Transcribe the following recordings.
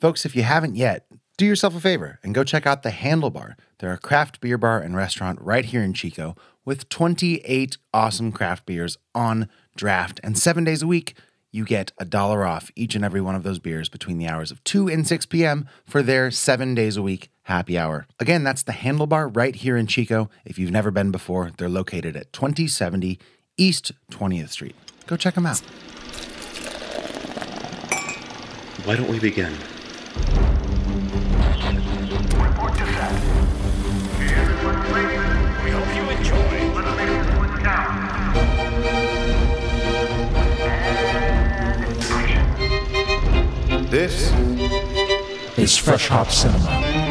Folks, if you haven't yet, do yourself a favor and go check out the Handlebar. They're a craft beer bar and restaurant right here in Chico with 28 awesome craft beers on draft. And seven days a week, you get a dollar off each and every one of those beers between the hours of 2 and 6 p.m. for their seven days a week happy hour. Again, that's the Handlebar right here in Chico. If you've never been before, they're located at 2070 East 20th Street. Go check them out. Why don't we begin? Report to set. Hey, everyone, please. We hope you enjoy. Let's make this one count. And action. This is Fresh Hop Cinema.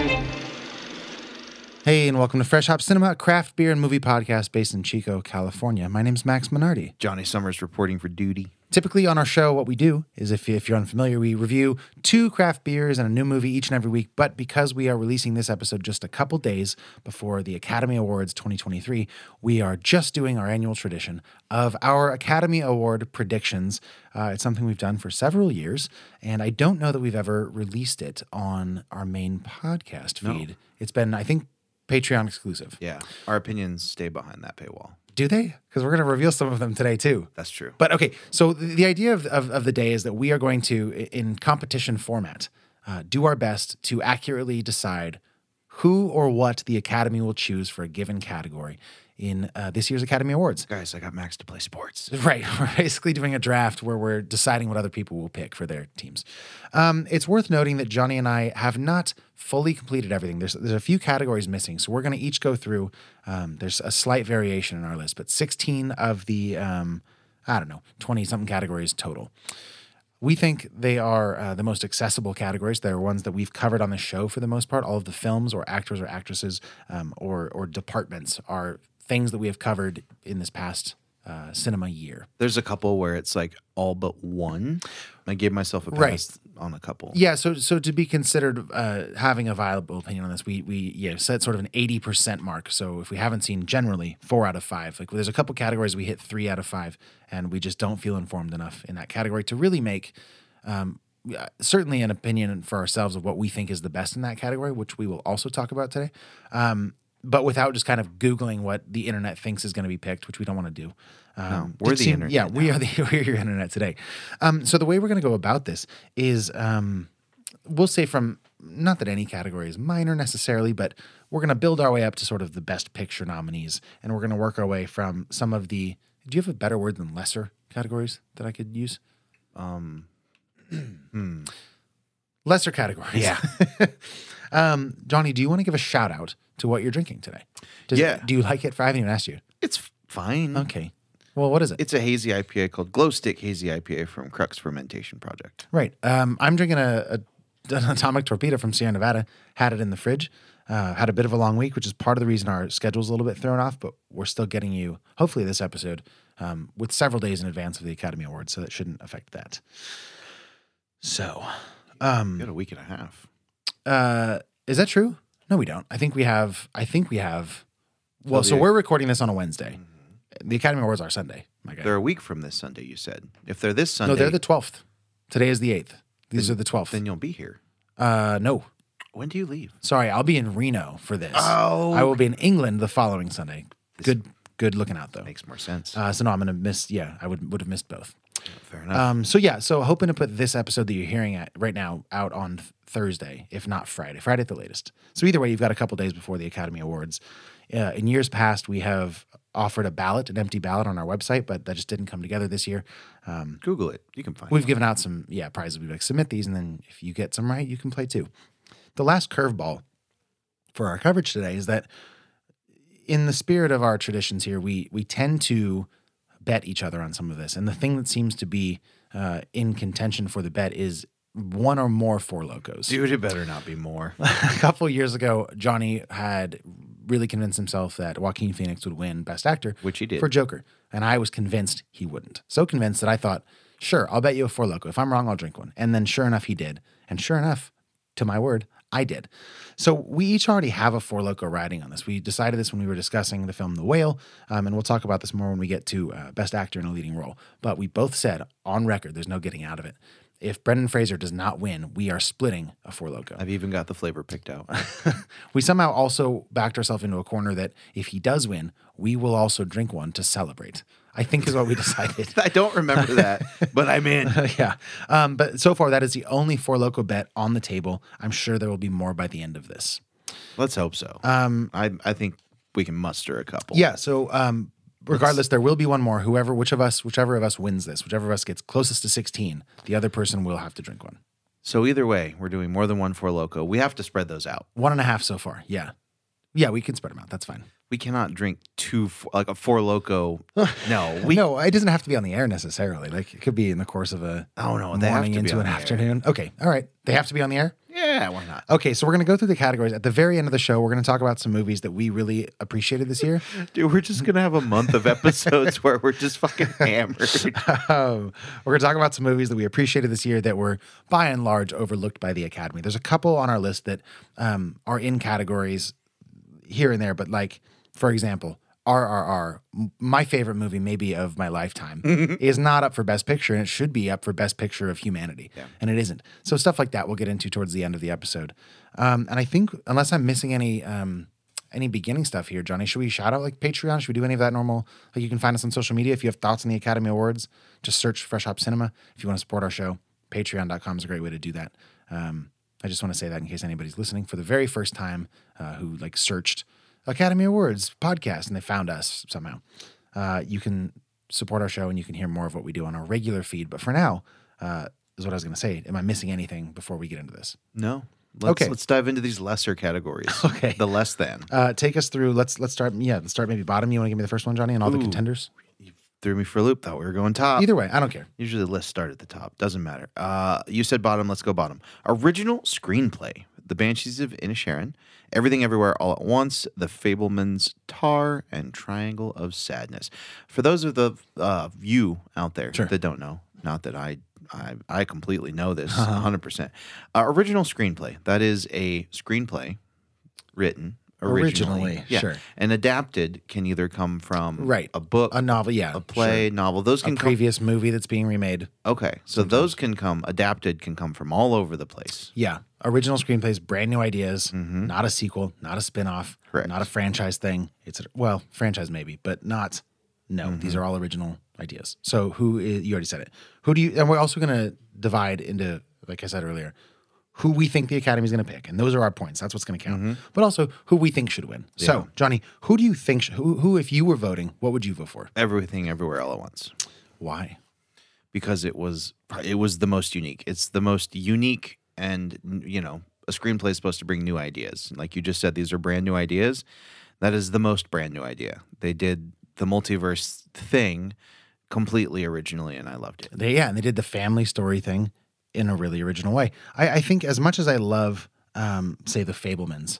Hey, and welcome to Fresh Hop Cinema, a craft beer and movie podcast based in Chico, California. My name's Max Minardi. Johnny Summers reporting for duty. Typically on our show, what we do is if, if you're unfamiliar, we review two craft beers and a new movie each and every week. But because we are releasing this episode just a couple days before the Academy Awards 2023, we are just doing our annual tradition of our Academy Award predictions. Uh, it's something we've done for several years, and I don't know that we've ever released it on our main podcast feed. It's been, I think, Patreon exclusive. Yeah, our opinions stay behind that paywall. Do they? Because we're going to reveal some of them today, too. That's true. But okay, so the the idea of, of, of the day is that we are going to, i- in competition format, uh, do our best to accurately decide who or what the Academy will choose for a given category in uh, this year's Academy Awards. guys, I got Max to play sports. Right. We're basically doing a draft where we're deciding what other people will pick for their teams. Um, it's worth noting that Johnny and I have not fully completed everything. There's, there's a few categories missing. So we're going to each go through, um, there's a slight variation in our list, but 16 of the, um, I don't know, 20 something categories total. We think they are uh, the most accessible categories. They're ones that we've covered on the show for the most part. All of the films or actors or actresses um, or, or departments are things that we have covered in this past uh, cinema year. There's a couple where it's like all but one. I gave myself a pass Right. on a couple. Yeah, so so to be considered uh, having a viable opinion on this, we we yeah set sort of an eighty percent mark. So if we haven't seen generally four out of five, like there's a couple categories we hit three out of five, and we just don't feel informed enough in that category to really make um, uh, certainly an opinion for ourselves of what we think is the best in that category, which we will also talk about today. Um, but without just kind of googling what the internet thinks is going to be picked, which we don't want to do. Um, we're it the internet Yeah, we are the we're your internet today. Um, so the way we're going to go about this is um, we'll say from not that any category is minor necessarily, but we're going to build our way up to sort of the best picture nominees, and we're going to work our way from some of the. Do you have a better word than lesser categories that I could use? Um, lesser categories. Yeah. um, Johnny, do you want to give a shout out to what you're drinking today? Does, Yeah. Do you like it? I haven't even asked you. It's f- fine. Okay. Well, what is it? It's a hazy IPA called Glow Stick Hazy IPA from Crux Fermentation Project. Right. Um, I'm drinking a, a an atomic torpedo from Sierra Nevada. Had it in the fridge. Uh, had a bit of a long week, which is part of the reason our schedule's a little bit thrown off. But we're still getting you, hopefully, this episode um, with several days in advance of the Academy Awards, so that shouldn't affect that. So, um, We got a week and a half. uh, is that true? No, we don't. I think we have. I think we have. Well, the- so we're recording this on a Wednesday. The Academy Awards are Sunday. My guy. They're a week from this Sunday, you said. If they're this Sunday, No, they're the twelfth. Today is the eighth. These are the twelfth. then you'll be here. Uh, no, When do you leave? Sorry, I'll be in Reno for this. Oh. I will be in England the following Sunday. Good, good looking out though. Makes more sense. Uh, so no, I'm gonna miss. Yeah, I would would have missed both. Fair enough. Um, so yeah, so hoping to put this episode that you're hearing at right now out on th- Thursday, if not Friday, Friday at the latest. So either way, you've got a couple days before the Academy Awards. Uh, in years past, we have offered a ballot, an empty ballot on our website, but that just didn't come together this year. Um, Google it. You can find We've it. given out some yeah prizes. We've like submit these, and then if you get some right, you can play too. The last curveball for our coverage today is that, in the spirit of our traditions here, we we tend to bet each other on some of this, and the thing that seems to be uh, in contention for the bet is one or more four locos. Dude, it better not be more. A couple years ago, Johnny had really convinced himself that Joaquin Phoenix would win Best Actor, Which he did. for Joker, and I was convinced he wouldn't. So convinced that I thought, sure, I'll bet you a four loco. If I'm wrong, I'll drink one. And then, sure enough, he did. And sure enough, to my word, I did. So we each already have a four loco riding on this. We decided this when we were discussing the film The Whale, um, and we'll talk about this more when we get to uh, Best Actor in a Leading Role. But we both said on record, there's no getting out of it If Brendan Fraser does not win, we are splitting a Four Loco. I've even got the flavor picked out. we somehow also backed ourselves into a corner that if he does win, we will also drink one to celebrate. I think is what we decided. I don't remember that, but I'm in. yeah. Um, but so far, that is the only Four Loco bet on the table. I'm sure there will be more by the end of this. Let's hope so. Um, I I think we can muster a couple. Yeah. So um, regardless, there will be one more. Whoever, which of us, whichever of us wins this, whichever of us gets closest to 16, the other person will have to drink one. So either way, we're doing more than one for loco. We have to spread those out. One and a half so far. Yeah. Yeah, we can spread them out. That's fine. We cannot drink two Four- like a four loco. No, we no, it doesn't have to be on the air necessarily. Like it could be in the course of a Oh, no, they have morning to be into on an the air. afternoon. Okay, all right, they have to be on the air. Yeah, why not? Okay, so we're gonna go through the categories at the very end of the show. We're gonna talk about some movies that we really appreciated this year. Dude, we're just gonna have a month of episodes where we're just fucking hammered. um, we're going to talk about some movies that we appreciated this year that were by and large overlooked by the Academy. There's a couple on our list that um, are in categories here and there, but like, for example, RRR, m- my favorite movie maybe of my lifetime, is not up for Best Picture, and it should be up for Best Picture of Humanity, and it isn't. So stuff like that we'll get into towards the end of the episode. Um, and I think unless I'm missing any. Um, any beginning stuff here, Johnny? Should we shout out like Patreon? Should we do any of that normal? Like you can find us on social media. If you have thoughts on the Academy Awards, just search Fresh Hop Cinema. If you want to support our show, patreon.com is a great way to do that. Um, I just want to say that in case anybody's listening for the very first time uh, who like searched Academy Awards podcast and they found us somehow. Uh, you can support our show and you can hear more of what we do on our regular feed. But for now, uh, is what I was going to say. Am I missing anything before we get into this? No. Let's, Okay. Let's dive into these lesser categories. Okay. The less than. Uh, take us through. Let's let's start. Yeah, let's start maybe bottom. You want to give me the first one, Johnny, and all the contenders. Threw me for a loop. Thought we were going top. Either way, I don't care. Usually the lists start at the top. Doesn't matter. Uh, you said bottom. Let's go bottom. Original screenplay: The Banshees of Inisherin, Everything Everywhere All at Once, The Fableman's Tar, and Triangle of Sadness. For those of the uh, you out there that don't know, not that I. I, I completely know this Uh-huh. 100%. Uh, original screenplay. That is a screenplay written originally. Originally, yeah. sure. And adapted can either come from Right. a book, A novel, yeah, a play, novel. Those can A come previous movie that's being remade. Okay, so those can come adapted, can come from all over the place. Yeah. Original screenplays, brand new ideas, not a sequel, not a spin-off, Correct. not a franchise thing. It's a, well, franchise maybe, but not no, these are all original ideas. So who is you already said it. Who do you and we're also going to divide into like I said earlier, who we think the academy's going to pick. And those are our points. That's what's going to count. But also who we think should win. So, Johnny, who do you think sh- who who if you were voting, what would you vote for? Everything, everywhere, all at once, Why? because it was it was the most unique. It's the most unique, and you know, a screenplay is supposed to bring new ideas. Like you just said, these are brand new ideas. That is the most brand new idea. They did the multiverse thing completely originally, and I loved it. They yeah, and they did the family story thing in a really original way. I, I think as much as I love, um, say the Fablemans,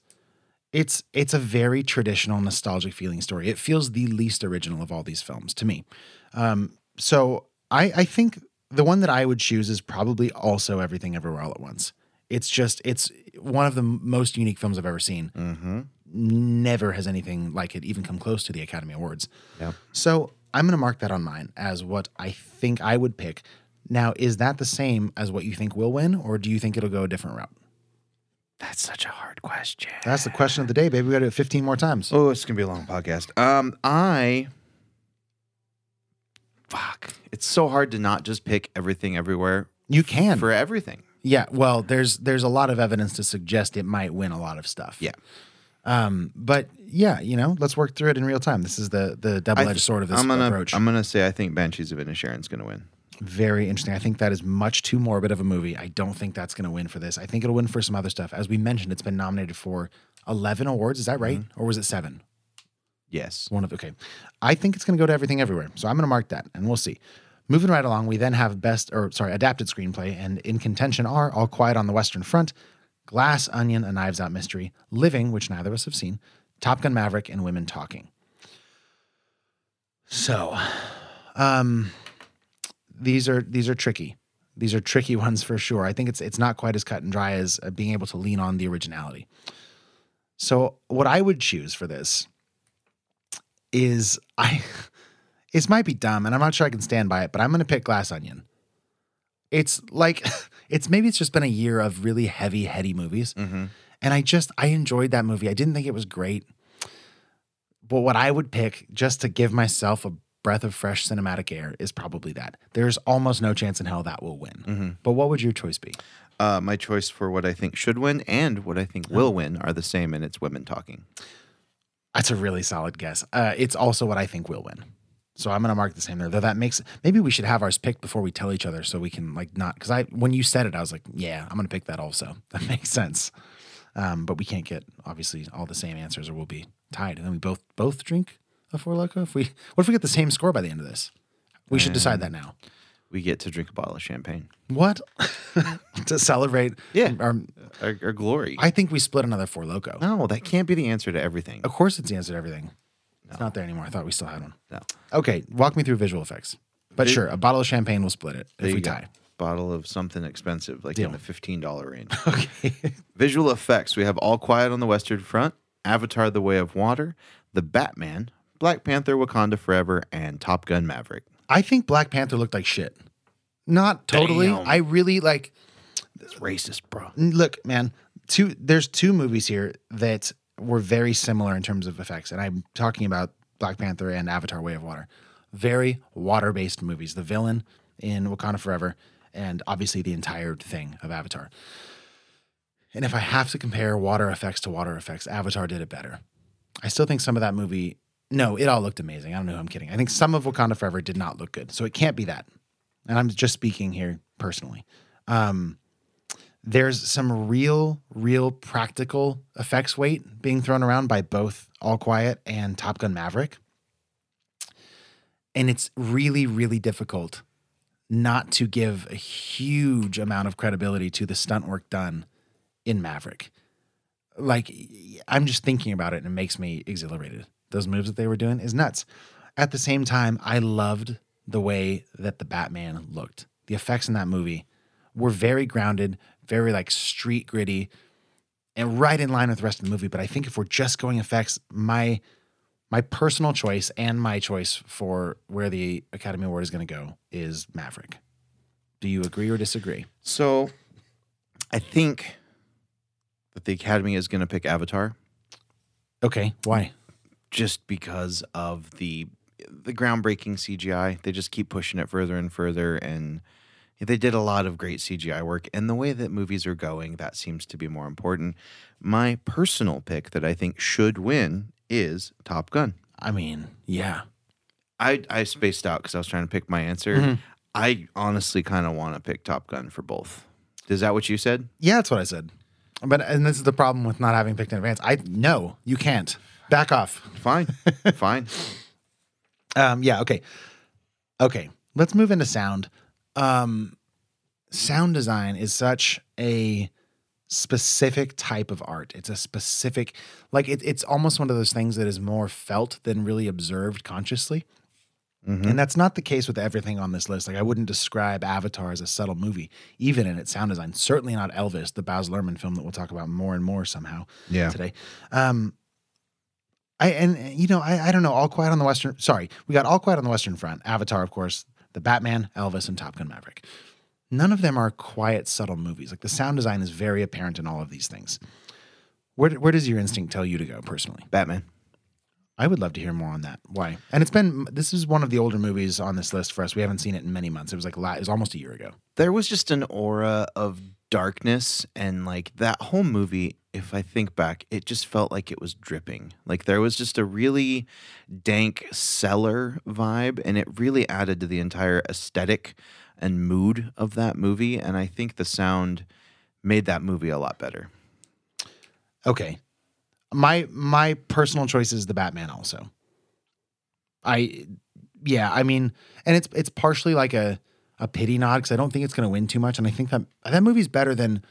it's it's a very traditional, nostalgic feeling story. It feels the least original of all these films to me. Um, so I I think the one that I would choose is probably also Everything Everywhere All at Once. It's just it's one of the m- most unique films I've ever seen. Never has anything like it even come close to the Academy Awards. So I'm going to mark that on mine as what I think I would pick. Now, is that the same as what you think will win, or do you think it'll go a different route? That's such a hard question. That's the question of the day, baby. We got to do it 15 more times. Oh, it's gonna be a long podcast. Um, I fuck. It's so hard to not just pick everything everywhere You can. for everything. yeah. Well, there's there's a lot of evidence to suggest it might win a lot of stuff. Yeah. Um, but yeah, you know, let's work through it in real time. This is the the double I edged th- sword of this I'm gonna, approach. I'm gonna say I think Banshees of Inisheron's gonna win. Very interesting. I think that is much too morbid of a movie. I don't think that's going to win for this. I think it'll win for some other stuff. As we mentioned, it's been nominated for 11 awards. Is that right? Or was it seven? Yes. One of okay. I think it's going to go to everything everywhere. So I'm going to mark that, and we'll see. Moving right along, we then have best or sorry, adapted screenplay, and in contention are All Quiet on the Western Front, Glass Onion, A Knives Out Mystery, Living, which neither of us have seen, Top Gun Maverick, and Women Talking. So, um, these are these are tricky. These are tricky ones for sure. I think it's it's not quite as cut and dry as uh, being able to lean on the originality. So, what I would choose for this is I this might be dumb and I'm not sure I can stand by it, but I'm gonna pick glass onion. it's like it's maybe it's just been a year of really heavy, heady movies. And I just I enjoyed that movie. I didn't think it was great. But what I would pick just to give myself a breath of fresh cinematic air is probably that. There's almost no chance in hell that will win. But what would your choice be? Uh, my choice for what I think should win and what I think will win are the same, and it's women talking. That's a really solid guess. Uh, it's also what I think will win. So I'm gonna mark the same there. Though that makes maybe we should have ours picked before we tell each other so we can like not because I when you said it I was like yeah I'm gonna pick that also that makes sense. Um, but we can't get obviously all the same answers or we'll be tied and then we both both drink a four loco if we what if we get the same score by the end of this? We should decide that now. We get to drink a bottle of champagne. What to celebrate? Yeah. our, Our, our glory. I think we split another four loco. no, that can't be the answer to everything. Of course, it's the answer to everything. It's not there anymore. I thought we still had one. No. Okay, walk me through visual effects. But sure, a bottle of champagne will split it if we you go. tie. Bottle of something expensive, like in the fifteen dollar range. Okay. Visual effects: We have All Quiet on the Western Front, Avatar: The Way of Water, The Batman, Black Panther: Wakanda Forever, and Top Gun: Maverick. I think Black Panther looked like shit. Not totally. Damn. I really like It's racist, bro. look, man, two there's two movies here that were very similar in terms of effects, and I'm talking about Black Panther and Avatar: Way of Water. Very water-based movies. The villain in Wakanda Forever, and obviously the entire thing of Avatar. And if I have to compare water effects to water effects, Avatar did it better. I still think some of that movie. No, it all looked amazing. I don't know. who I'm kidding. I think some of Wakanda Forever did not look good, so it can't be that. And I'm just speaking here personally. Um, there's some real, real practical effects weight being thrown around by both All Quiet and Top Gun Maverick. And it's really, really difficult not to give a huge amount of credibility to the stunt work done in Maverick. Like, I'm just thinking about it and it makes me exhilarated. Those moves that they were doing is nuts. At the same time, I loved the way that the Batman looked. The effects in that movie were very grounded, very like street gritty, and right in line with the rest of the movie. But I think if we're just going effects, my my personal choice and my choice for where the Academy Award is going to go is Maverick. Do you agree or disagree? So, I think that the Academy is going to pick Avatar Okay, why? just because of the the groundbreaking CGI. They just keep pushing it further and further, and they did a lot of great CGI work. And the way that movies are going, that seems to be more important. My personal pick that I think should win is Top Gun. I mean, yeah. I I spaced out because I was trying to pick my answer. I honestly kind of want to pick Top Gun for both. Is that what you said? Yeah, that's what I said. But and this is the problem with not having picked in advance. I no, you can't. Back off. Fine, fine. Um, yeah, okay. Okay, let's move into sound. Um, sound design is such a specific type of art. It's a specific, like, it, it's almost one of those things that is more felt than really observed consciously. Mm-hmm. And that's not the case with everything on this list. Like, I wouldn't describe Avatar as a subtle movie, even in its sound design. Certainly not Elvis, the Baz Luhrmann film that we'll talk about more and more somehow Yeah. today. Um, I and and, you know I, I don't know. All Quiet on the Western. Sorry, we got All Quiet on the Western Front, Avatar, of course, the Batman, Elvis, and Top Gun Maverick. None of them are quiet, subtle movies. Like the sound design is very apparent in all of these things. Where where does your instinct tell you to go personally? Batman. I would love to hear more on that. Why? And it's been this is one of the older movies on this list for us. We haven't seen it in many months. It was like la- it was almost a year ago. there was just an aura of darkness and like that whole movie if i think back it just felt like it was dripping like there was just a really dank cellar vibe and it really added to the entire aesthetic and mood of that movie and i think the sound made that movie a lot better Okay. My my personal choice is the Batman also. I yeah, I mean, and it's it's partially like a a pity nod because I don't think it's going to win too much and I think that that movie's better than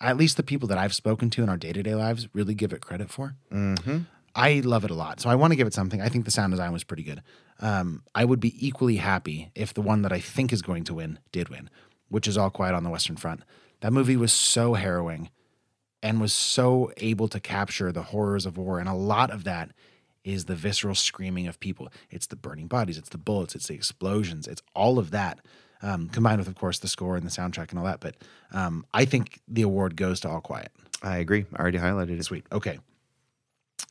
at least the people that I've spoken to in our day-to-day lives really give it credit for. mm-hmm. I love it a lot. So I want to give it something. I think the sound design was pretty good. Um, I would be equally happy if the one that I think is going to win did win, which is All Quiet on the Western Front. That movie was so harrowing and was so able to capture the horrors of war. And a lot of that is the visceral screaming of people. It's the burning bodies, it's the bullets, it's the explosions, it's all of that. um, combined with, of course, the score and the soundtrack and all that. But um, I think the award goes to All Quiet. I agree. I already highlighted it. Sweet. Okay.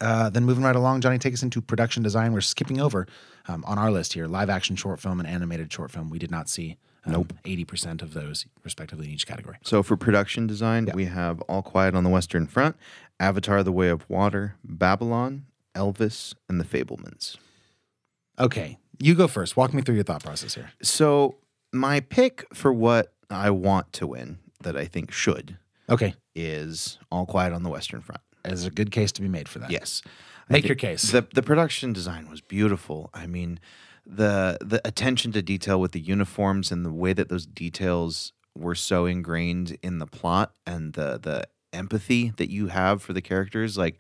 Uh, then moving right along, Johnny, take us into production design. We're skipping over um, on our list here live action short film and animated short film. We did not see um, Nope. 80% of those, respectively, in each category. So for production design, we have All Quiet on the Western Front, Avatar: The Way of Water, Babylon, Elvis, and The Fablemans. Okay. You go first. Walk me through your thought process here. So my pick for what I want to win that I think should Okay. is All Quiet on the Western Front. There's a good case to be made for that. Yes. I Make thi- your case. The the production design was beautiful. I mean, the the attention to detail with the uniforms and the way that those details were so ingrained in the plot and the the empathy that you have for the characters like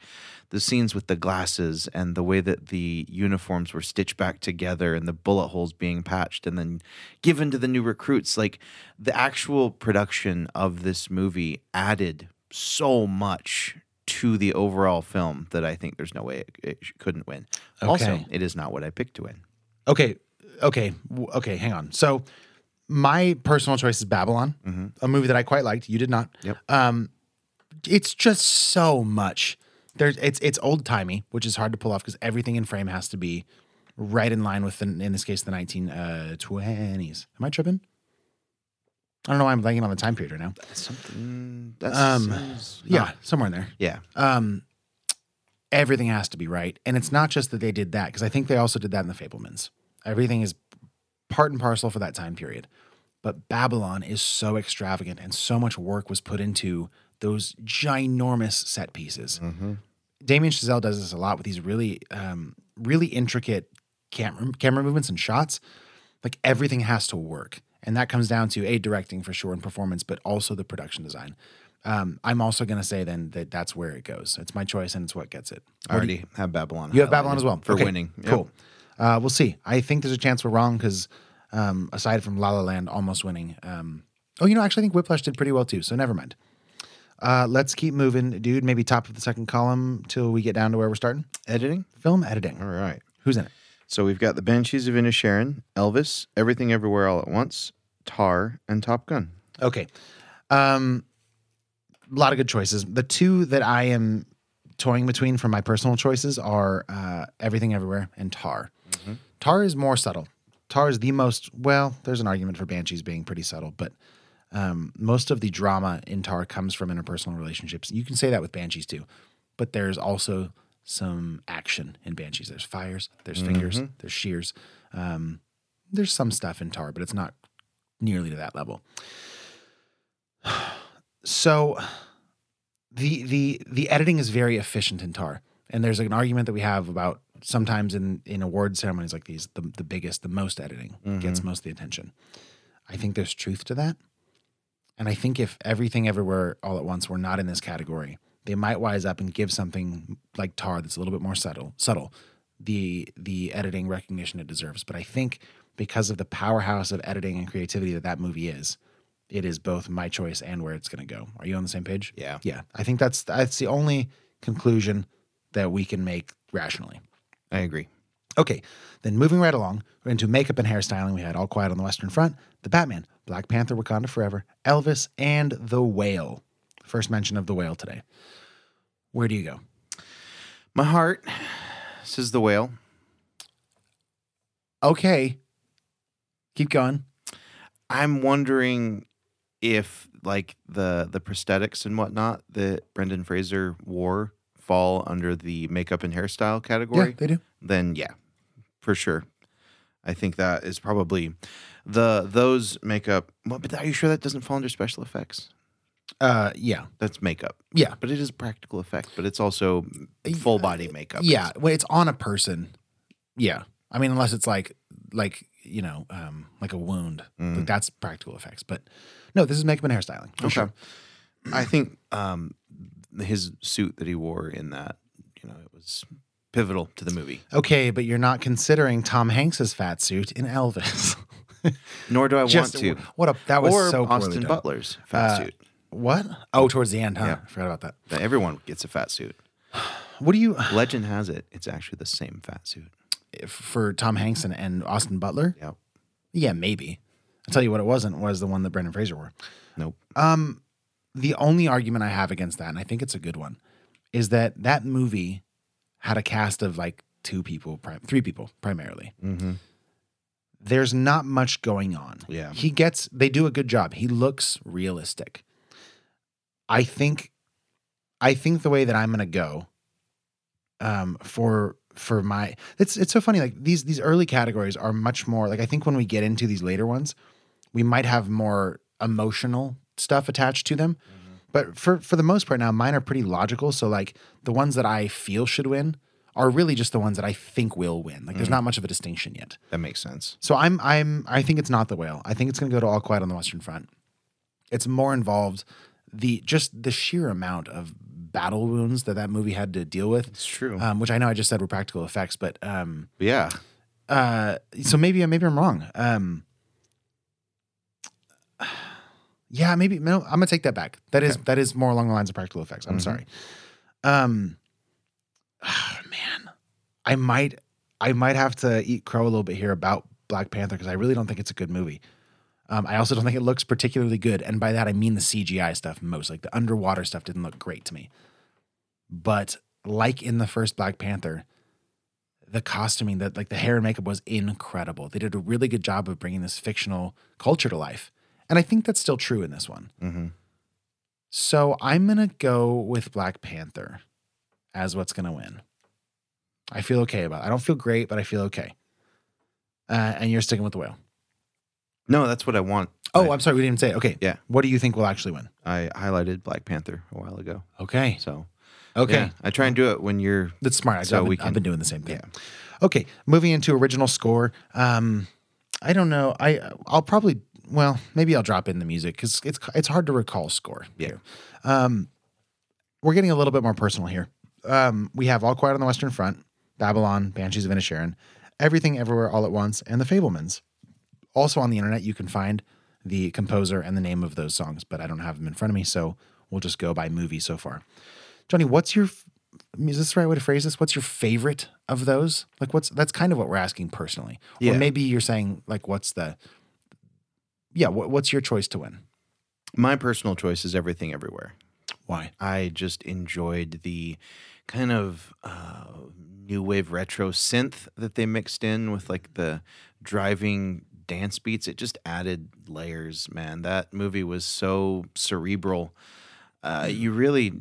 the scenes with the glasses and the way that the uniforms were stitched back together and the bullet holes being patched and then given to the new recruits like the actual production of this movie added so much to the overall film that I think there's no way it, it sh- couldn't win. Also, Okay. it is not what I picked to win. Okay. Okay. w- Okay. Hang on. So, my personal choice is Babylon, a movie that I quite liked. You did not. Mm-hmm. Yep. Um, it's just so much. There's it's it's old timey, which is hard to pull off because everything in frame has to be right in line with, the, in this case, the 1920s. Am I tripping? I don't know why I'm blanking on the time period right now. Something that Um, sounds Yeah, not- somewhere in there. yeah. um, everything has to be right. And it's not just that they did that, because I think they also did that in the Fablemans. Everything is part and parcel for that time period. But Babylon is so extravagant and so much work was put into those ginormous set pieces. Damien Chazelle does this a lot with these really, um, really intricate camera camera movements and shots. Like everything has to work, and that comes down to a directing for sure and performance, but also the production design. Um, I'm also gonna say then that that's where it goes. It's my choice, and it's what gets it. I already have Babylon. You have highlighted Babylon as well for Okay, winning. Yep. Cool. Uh, we'll see. I think there's a chance we're wrong because um, aside from La La Land almost winning, um, oh, you know, actually, I think Whiplash did pretty well too. So never mind. Uh, let's keep moving, dude. Maybe top of the second column till we get down to where we're starting. Editing. Film editing. All right. Who's in it? So we've got the Banshees of Inisherin, Elvis, Everything Everywhere All at Once, Tar, and Top Gun. Okay. Um a lot of good choices. The two that I am toying between for my personal choices are uh Everything Everywhere and Tar. Tar is more subtle. Tar is the most well, there's an argument for Banshees being pretty subtle, but um most of the drama in Tar comes from interpersonal relationships. You can say that with Banshees too. But there's also some action in Banshees. There's fires, there's fingers, there's shears. Um there's some stuff in Tar, but it's not nearly to that level so the the the editing is very efficient in tar and there's an argument that we have about sometimes in in award ceremonies like these the, the biggest the most editing gets most of the attention i think there's truth to that and i think if everything everywhere all at once were not in this category they might wise up and give something like tar that's a little bit more subtle subtle the the editing recognition it deserves but i think because of the powerhouse of editing and creativity that that movie is it is both my choice and where it's going to go. Are you on the same page? Yeah. Yeah. I think that's that's the only conclusion that we can make rationally. I agree. Okay. Then moving right along, we're into makeup and hairstyling. We had All Quiet on the Western Front, The Batman, Black Panther, Wakanda Forever, Elvis, and The Whale. First mention of The Whale today. Where do you go? My heart says the whale. Okay. Keep going. I'm wondering if like the the prosthetics and whatnot that Brendan Fraser wore fall under the makeup and hairstyle category, Yeah, they do. then yeah, for sure. I think that is probably the those makeup. Well, but are you sure that doesn't fall under special effects? Uh, yeah. That's makeup, Yeah. but it is practical effect. But it's also full body makeup. Yeah, well, it's on a person. Yeah, I mean, unless it's like like you know, um, like a wound. Like that's practical effects. But no, this is makeup and hairstyling. For Okay. Sure. I think um, his suit that he wore in that, you know, it was pivotal to the movie. Okay, but you're not considering Tom Hanks's fat suit in Elvis. Nor do I Just- want to. What a that was or so poorly Austin done. Butler's fat Uh, suit. What? Oh, towards the end, huh? Yeah. I forgot about that. That everyone gets a fat suit. What do you Legend has it, it's actually the same fat suit. for Tom Hanks and, and Austin Butler? Yep. Yeah, maybe. I'll tell you what it wasn't was the one that Brendan Fraser wore. Nope. Um, the only argument I have against that, and I think it's a good one, is that that movie had a cast of like two people, prim- three people primarily. Mm-hmm. There's not much going on. Yeah. He gets, they do a good job. He looks realistic. I think, I think the way that I'm going to go, um, for, for my, it's, it's so funny. Like these, these early categories are much more like, I think when we get into these later ones, we might have more emotional stuff attached to them. But for for the most part now, mine are pretty logical. So like the ones that I feel should win are really just the ones that I think will win. Like there's not much of a distinction yet. That makes sense. So I'm I'm I think it's not the whale. I think it's going to go to All Quiet on the Western Front. It's more involved the just the sheer amount of battle wounds that that movie had to deal with, It's true. um, which I know I just said were practical effects, but um, Uh, yeah. uh, so maybe maybe I'm wrong. Um, yeah, maybe no. I'm gonna take that back. That is that is more along the lines of practical effects. I'm Mhm. sorry. Um, ah, man, I might I might have to eat crow a little bit here about Black Panther because I really don't think it's a good movie. Um, I also don't think it looks particularly good, and by that I mean the CGI stuff most. Like the underwater stuff didn't look great to me, but like in the first Black Panther, the costuming that like the hair and makeup was incredible. They did a really good job of bringing this fictional culture to life. And I think that's still true in this one. Mm-hmm. So I'm going to go with Black Panther as what's going to win. I feel okay about it. I don't feel great, but I feel okay. Uh, and you're sticking with the whale. No, that's what I want. Oh, I, I'm sorry. We didn't say it. Okay. Yeah. What do you think will actually win? I highlighted Black Panther a while ago. Okay. So Okay. yeah, I try and do it when you're That's smart. I've, So I've been, we I've can- been doing the same thing. yeah. Okay, moving into original score. Um, I don't know. I I'll probably well maybe I'll drop in the music because it's it's hard to recall score. Yeah. here. Um, we're getting a little bit more personal here. Um, we have All Quiet on the Western Front, Babylon, Banshees of Inisherin, Everything Everywhere All at Once, and The Fablemans. Also on the internet, you can find the composer and the name of those songs, but I don't have them in front of me, so we'll just go by movie so far. Johnny, what's your f- I mean, is this the right way to phrase this? What's your favorite of those? Like, what's that's kind of what we're asking personally, or Yeah. maybe you're saying like, what's the yeah, what, what's your choice to win? my personal choice is everything everywhere. Why? I just enjoyed the kind of uh, new wave retro synth that they mixed in with like the driving dance beats. It just added layers, man. That movie was so cerebral. Uh, you really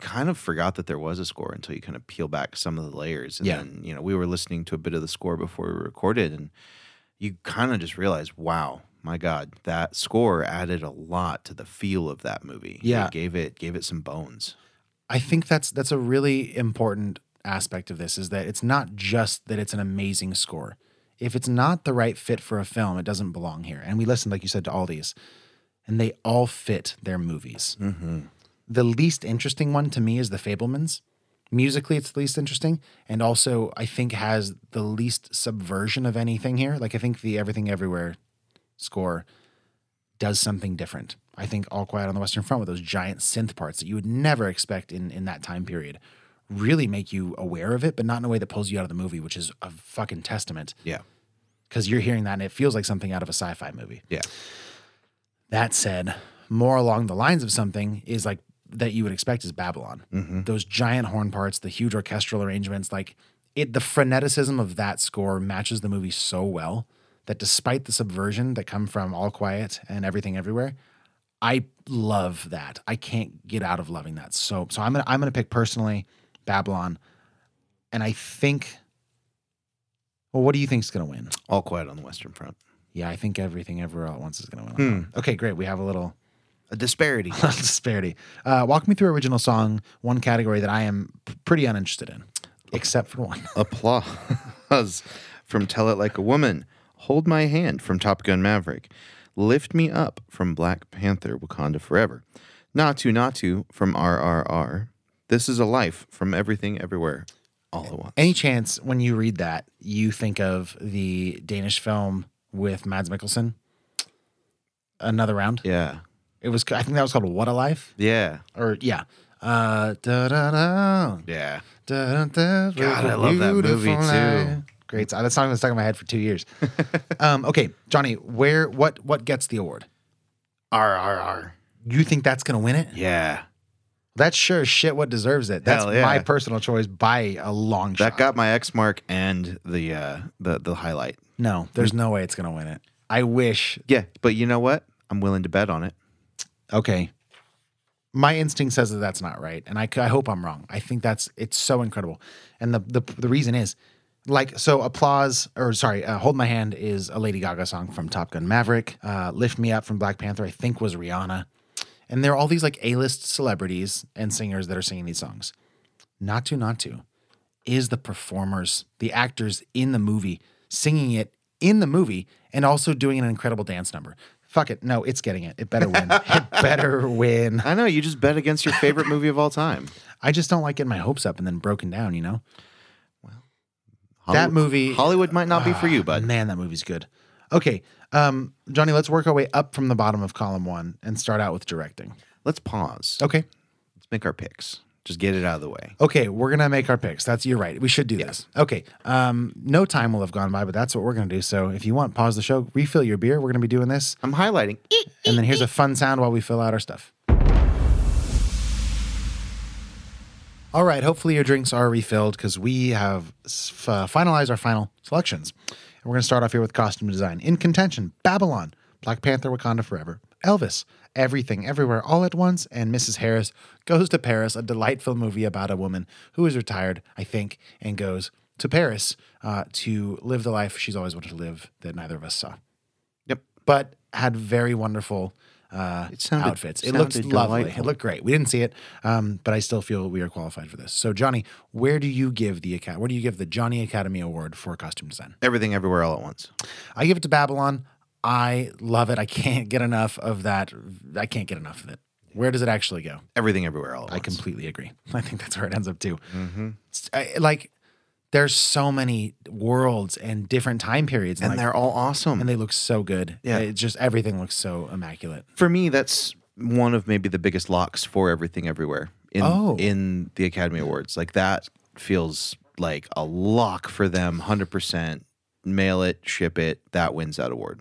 kind of forgot that there was a score until you kind of peel back some of the layers. And Yeah. then, you know, we were listening to a bit of the score before we recorded, and you kind of just realize, wow, my God, that score added a lot to the feel of that movie. Yeah. It gave it gave it some bones. I think that's that's a really important aspect of this is that it's not just that it's an amazing score. If it's not the right fit for a film, it doesn't belong here. And we listened, like you said, to all these, and they all fit their movies. Mm-hmm. the least interesting one to me is the Fablemans. Musically, it's the least interesting, and also I think has the least subversion of anything here. Like I think the Everything Everywhere score does something different. I think All Quiet on the Western Front with those giant synth parts that you would never expect in in that time period really make you aware of it, but not in a way that pulls you out of the movie, which is a fucking testament Yeah. because you're hearing that and it feels like something out of a sci-fi movie. Yeah. That said, more along the lines of something is like that you would expect is Babylon. Those giant horn parts, the huge orchestral arrangements, like it the freneticism of that score matches the movie so well that despite the subversion that come from All Quiet and Everything Everywhere, I love that. I can't get out of loving that. So so I'm gonna I'm gonna pick personally Babylon. And I think well, what do you think's gonna win? All quiet on the Western Front. Yeah, I think everything everywhere all at once is going to win. on that one. Okay, great. We have a little A disparity. disparity. Uh, walk me through original song, one category that I am p- pretty uninterested in, except for one. Applause from Tell It Like a Woman. Hold My Hand from Top Gun Maverick. Lift Me Up from Black Panther Wakanda Forever. Natu Natu from RRR. This is a Life from Everything Everywhere All at Once. Any chance when you read that, you think of the Danish film with Mads Mikkelsen? Another round. yeah. It was. I think that was called What a Life. Yeah. Or yeah. Uh, da da da. Yeah. God, God, I love that movie too. Great. song. That song was stuck in my head for two years. um, okay, Johnny, where what what gets the award? R R R. You think that's gonna win it? Yeah. That's sure as shit what deserves it. That's Hell yeah. my personal choice by a long shot. That got my X mark and the uh the the highlight. no, there's no way it's gonna win it. I wish. Yeah, but you know what? I'm willing to bet on it. Okay. My instinct says that that's not right, and I, c- I hope I'm wrong. I think that's it's so incredible, and the the the reason is, like, so applause or sorry, uh, hold my hand is a Lady Gaga song from Top Gun Maverick. Uh, Lift me up from Black Panther, I think was Rihanna, and there are all these like A list celebrities and singers that are singing these songs. Not to, not to, is the performers, the actors in the movie singing it in the movie and also doing an incredible dance number. Fuck it. No, it's getting it. It better win. it better win. I know you just bet against your favorite movie of all time. I just don't like getting my hopes up and then broken down, you know? That movie- Ah, Hollywood might not be for you, But bud. man, that movie's good. Okay. Um, Johnny, let's work our way up from the bottom of column one and start out with directing. Let's pause. Okay. Let's make our picks. Just get it out of the way. Okay, we're gonna make our picks. That's you're right. We should do this. Okay. Um, no time will have gone by, but that's what we're gonna do. So if you want, pause the show, refill your beer. We're gonna be doing this, I'm highlighting. and then here's a fun sound while we fill out our stuff. All right. Hopefully your drinks are refilled because we have s- f- uh, finalized our final selections. And we're gonna start off here with costume design. In contention, Babylon, Black Panther, Wakanda Forever, Elvis. Everything, everywhere, all at once, and Mrs. Harris goes to Paris, a delightful movie about a woman who is retired, I think, and goes to Paris uh, to live the life she's always wanted to live that neither of us saw Yep. but had very wonderful uh, It sounded- outfits. It looked sounded lovely. delightful. It looked great. We didn't see it, um, but I still feel we are qualified for this. So, Johnny, where do you give the Acad- Where do you give the Johnny Academy Award for costume design? Everything everywhere all at once. I give it to Babylon. I love it. I can't get enough of that. I can't get enough of it. Where does it actually go? Everything everywhere all at once. I completely agree. I think that's where it ends up too. Mm-hmm. It's- I- like, there's so many worlds and different time periods, and like, they're all awesome. and they look so good. Yeah. it just everything looks so immaculate. for me, that's one of maybe the biggest locks for everything everywhere in Oh. in the Academy Awards. Like that feels like a lock for them, hundred percent. Mail it, ship it. That wins that award.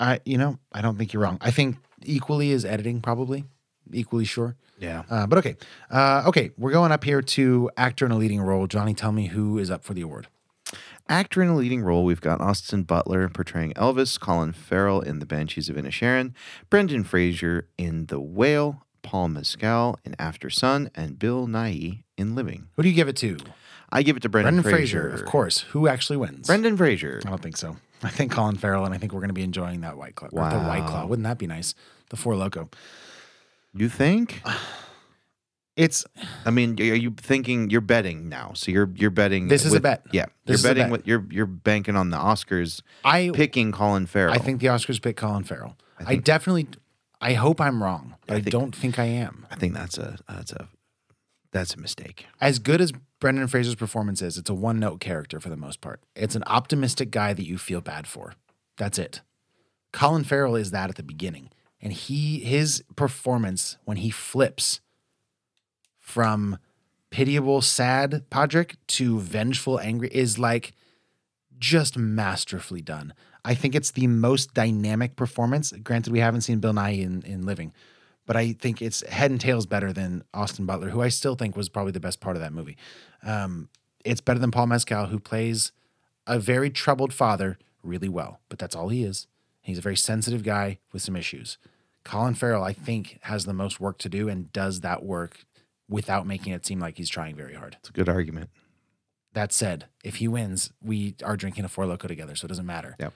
I, you know, I don't think you're wrong. I think equally is editing, probably equally sure. Yeah. Uh, but okay, uh, okay, we're going up here to actor in a leading role. Johnny, tell me who is up for the award. Actor in a leading role, we've got Austin Butler portraying Elvis, Colin Farrell in The Banshees of Inisherin, Brendan Fraser in The Whale, Paul Mescal in After Sun, and Bill Nighy in Living. Who do you give it to? I give it to Brendan, Brendan Fraser. Fraser, of course. Oh. Who actually wins? Brendan Fraser. I don't think so. I think Colin Farrell, and I think we're going to be enjoying that White Claw. or The White Claw. Wouldn't that be nice? The Four Loco. You think? It's I mean, are you thinking you're betting now? So you're you're betting. This is a with- bet. Yeah, This is a you're bet. betting with you're you're banking on the Oscars I picking Colin Farrell. I think the Oscars pick Colin Farrell. I, think- definitely. I hope I'm wrong, but I, I think- don't think I am. I think that's a that's a that's a mistake. as good as Brendan Fraser's performance is, it's a one note character for the most part. It's an optimistic guy that you feel bad for. That's it. Colin Farrell is that at the beginning. And he his performance when he flips from pitiable, sad Podrick to vengeful, angry is like just masterfully done. I think it's the most dynamic performance. Granted, we haven't seen Bill Nye in, in Living, but I think it's head and tails better than Austin Butler, who I still think was probably the best part of that movie. Um, it's better than Paul Mescal, who plays a very troubled father really well, but that's all he is. He's a very sensitive guy with some issues. Colin Farrell, I think, has the most work to do and does that work without making it seem like he's trying very hard. It's a good argument. That said, if he wins, we are drinking a Four Loco together, so it doesn't matter. Yep.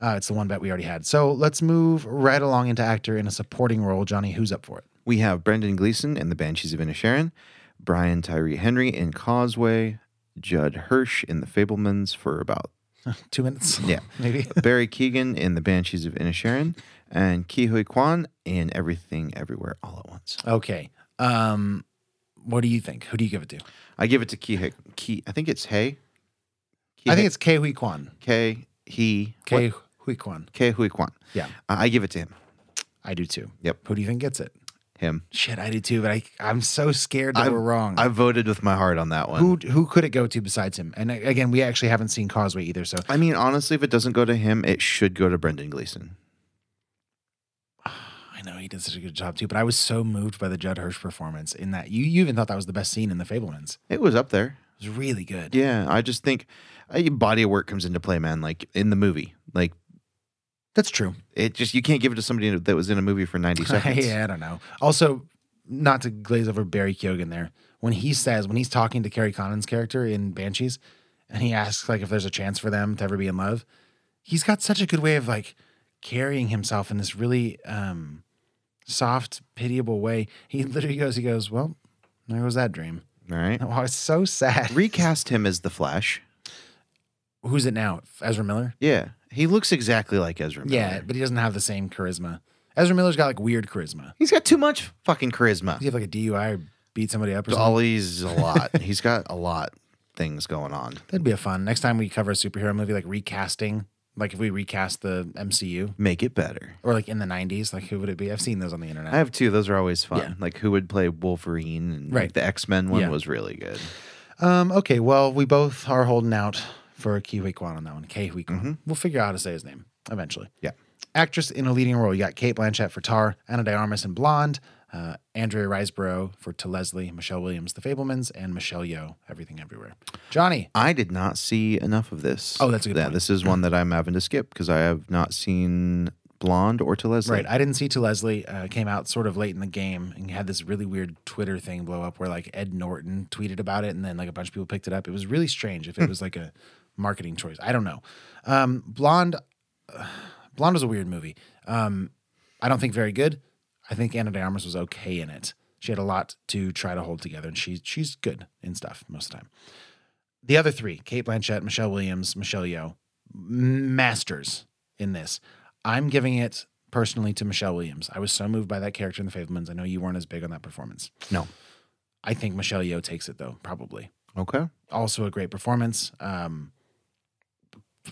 Uh, it's the one bet we already had. So let's move right along into actor in a supporting role. Johnny, who's up for it? We have Brendan Gleeson in The Banshees of Inisherin, Brian Tyree Henry in Causeway, Judd Hirsch in The Fablemans for about Two minutes? Yeah. Maybe. Barry Keegan in The Banshees of Inisherin, and Kihui Kwan in Everything Everywhere All at Once. Okay. Um, what do you think? Who do you give it to? I give it to Kihui. Ki, I think it's Hay. I think it's K Hui Kwan. K. He. K Hui Kwan. K. Hui Kwan. Uh, Yeah, I I give it to him. I do too. Yep. Who do you think gets it? Him. Shit, I do too, but I I'm so scared that I- we're wrong. I voted with my heart on that one. who who could it go to besides him? And a- again, we actually haven't seen Causeway either, so I mean, honestly, if it doesn't go to him, it should go to Brendan Gleeson. I know he did such a good job too. But I was so moved by the Judd Hirsch performance in that you you even thought that was the best scene in The Fablemans. It was up there. It was really good. Yeah, I just think uh, body of work comes into play, man. Like in the movie, like That's true. it just you can't give it to somebody that was in a movie for ninety seconds. yeah, I don't know. Also, not to glaze over Barry Keoghan there, when he says when he's talking to Carrie Condon's character in Banshees, and he asks like if there's a chance for them to ever be in love, he's got such a good way of like carrying himself in this really um soft, pitiable way. He literally goes, he goes, well, there goes that dream. All right. Oh, it's so sad. Recast him as the Flash. Who's it now? Ezra Miller. Yeah, he looks exactly like Ezra. Miller. Yeah, but he doesn't have the same charisma. Ezra Miller's got like weird charisma. he's got too much fucking charisma. Does he have like a DUI or beat somebody up or something? Ollie's a lot. he's got a lot things going on. That'd be a fun. Next time we cover a superhero movie, like recasting, like if we recast the MCU Make it better. or like in the 90s, like who would it be? I've seen those on the internet. I have two. Those are always fun. Yeah. Like who would play Wolverine? And Right. Like the X Men one Yeah. was really good. um, okay, well, we both are holding out for Kiwi Kwan on that one. K Kwan. We'll figure out how to say his name eventually. Mm-hmm. Yeah. Actress in a leading role. You got Kate Blanchett for Tar, Anna De Armas in Blonde, uh, Andrea Riseborough for To Leslie, Michelle Williams, The Fablemans, and Michelle Yeoh, Everything Everywhere. Johnny. I did not see enough of this. Oh, that's a good Yeah, point. this is one that I'm having to skip because I have not seen Blonde or To Leslie. Right. I didn't see to Leslie. Uh, came out sort of late in the game and had this really weird Twitter thing blow up where like Ed Norton tweeted about it and then like a bunch of people picked it up. It was really strange if it was like a marketing choice. I don't know. Um, Blonde, uh, Blonde was a weird movie. Um, I don't think very good. I think Anna De Armas was okay in it. She had a lot to try to hold together and she, she's good in stuff most of the time. The other three, Kate Blanchett, Michelle Williams, Michelle Yeoh, masters in this. I'm giving it personally to Michelle Williams. I was so moved by that character in The Fablemans. I know you weren't as big on that performance. No. I think Michelle Yeoh takes it though, probably. Okay. Also a great performance. Um,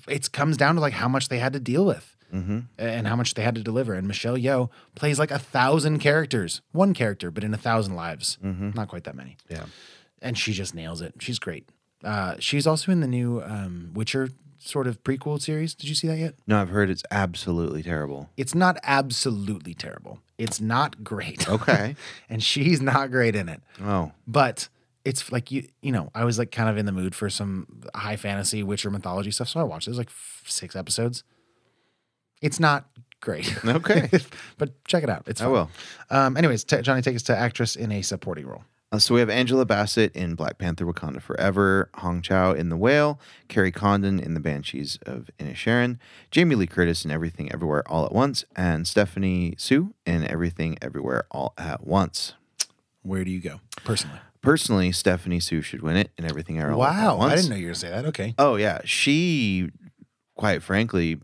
it comes down to like how much they had to deal with Mm-hmm. and how much they had to deliver. And Michelle Yeoh plays like a thousand characters, one character, but in a thousand lives. Mhm. Not quite that many. Yeah. And she just nails it. She's great. Uh, she's also in the new um, Witcher sort of prequel series. Did you see that yet? No, I've heard it's absolutely terrible. It's not absolutely terrible. It's not great. Okay. and she's not great in it. oh, But it's like you, you know, I was like kind of in the mood for some high fantasy Witcher mythology stuff, so I watched. There's like f- six episodes. It's not great. Okay. but check it out. It's I fun. will. Um, anyways, t- Johnny takes us to actress in a supporting role. Uh, so we have Angela Bassett in Black Panther: Wakanda Forever, Hong Chow in The Whale, Carrie Condon in The Banshees of Inisherin, Jamie Lee Curtis in Everything Everywhere All at Once, and Stephanie Sue in Everything Everywhere All at Once. Where do you go personally? Personally, Stephanie Sue should win it in Everything Everywhere All wow, at Once. I didn't know you were gonna say that. Okay, Oh yeah, she, quite frankly,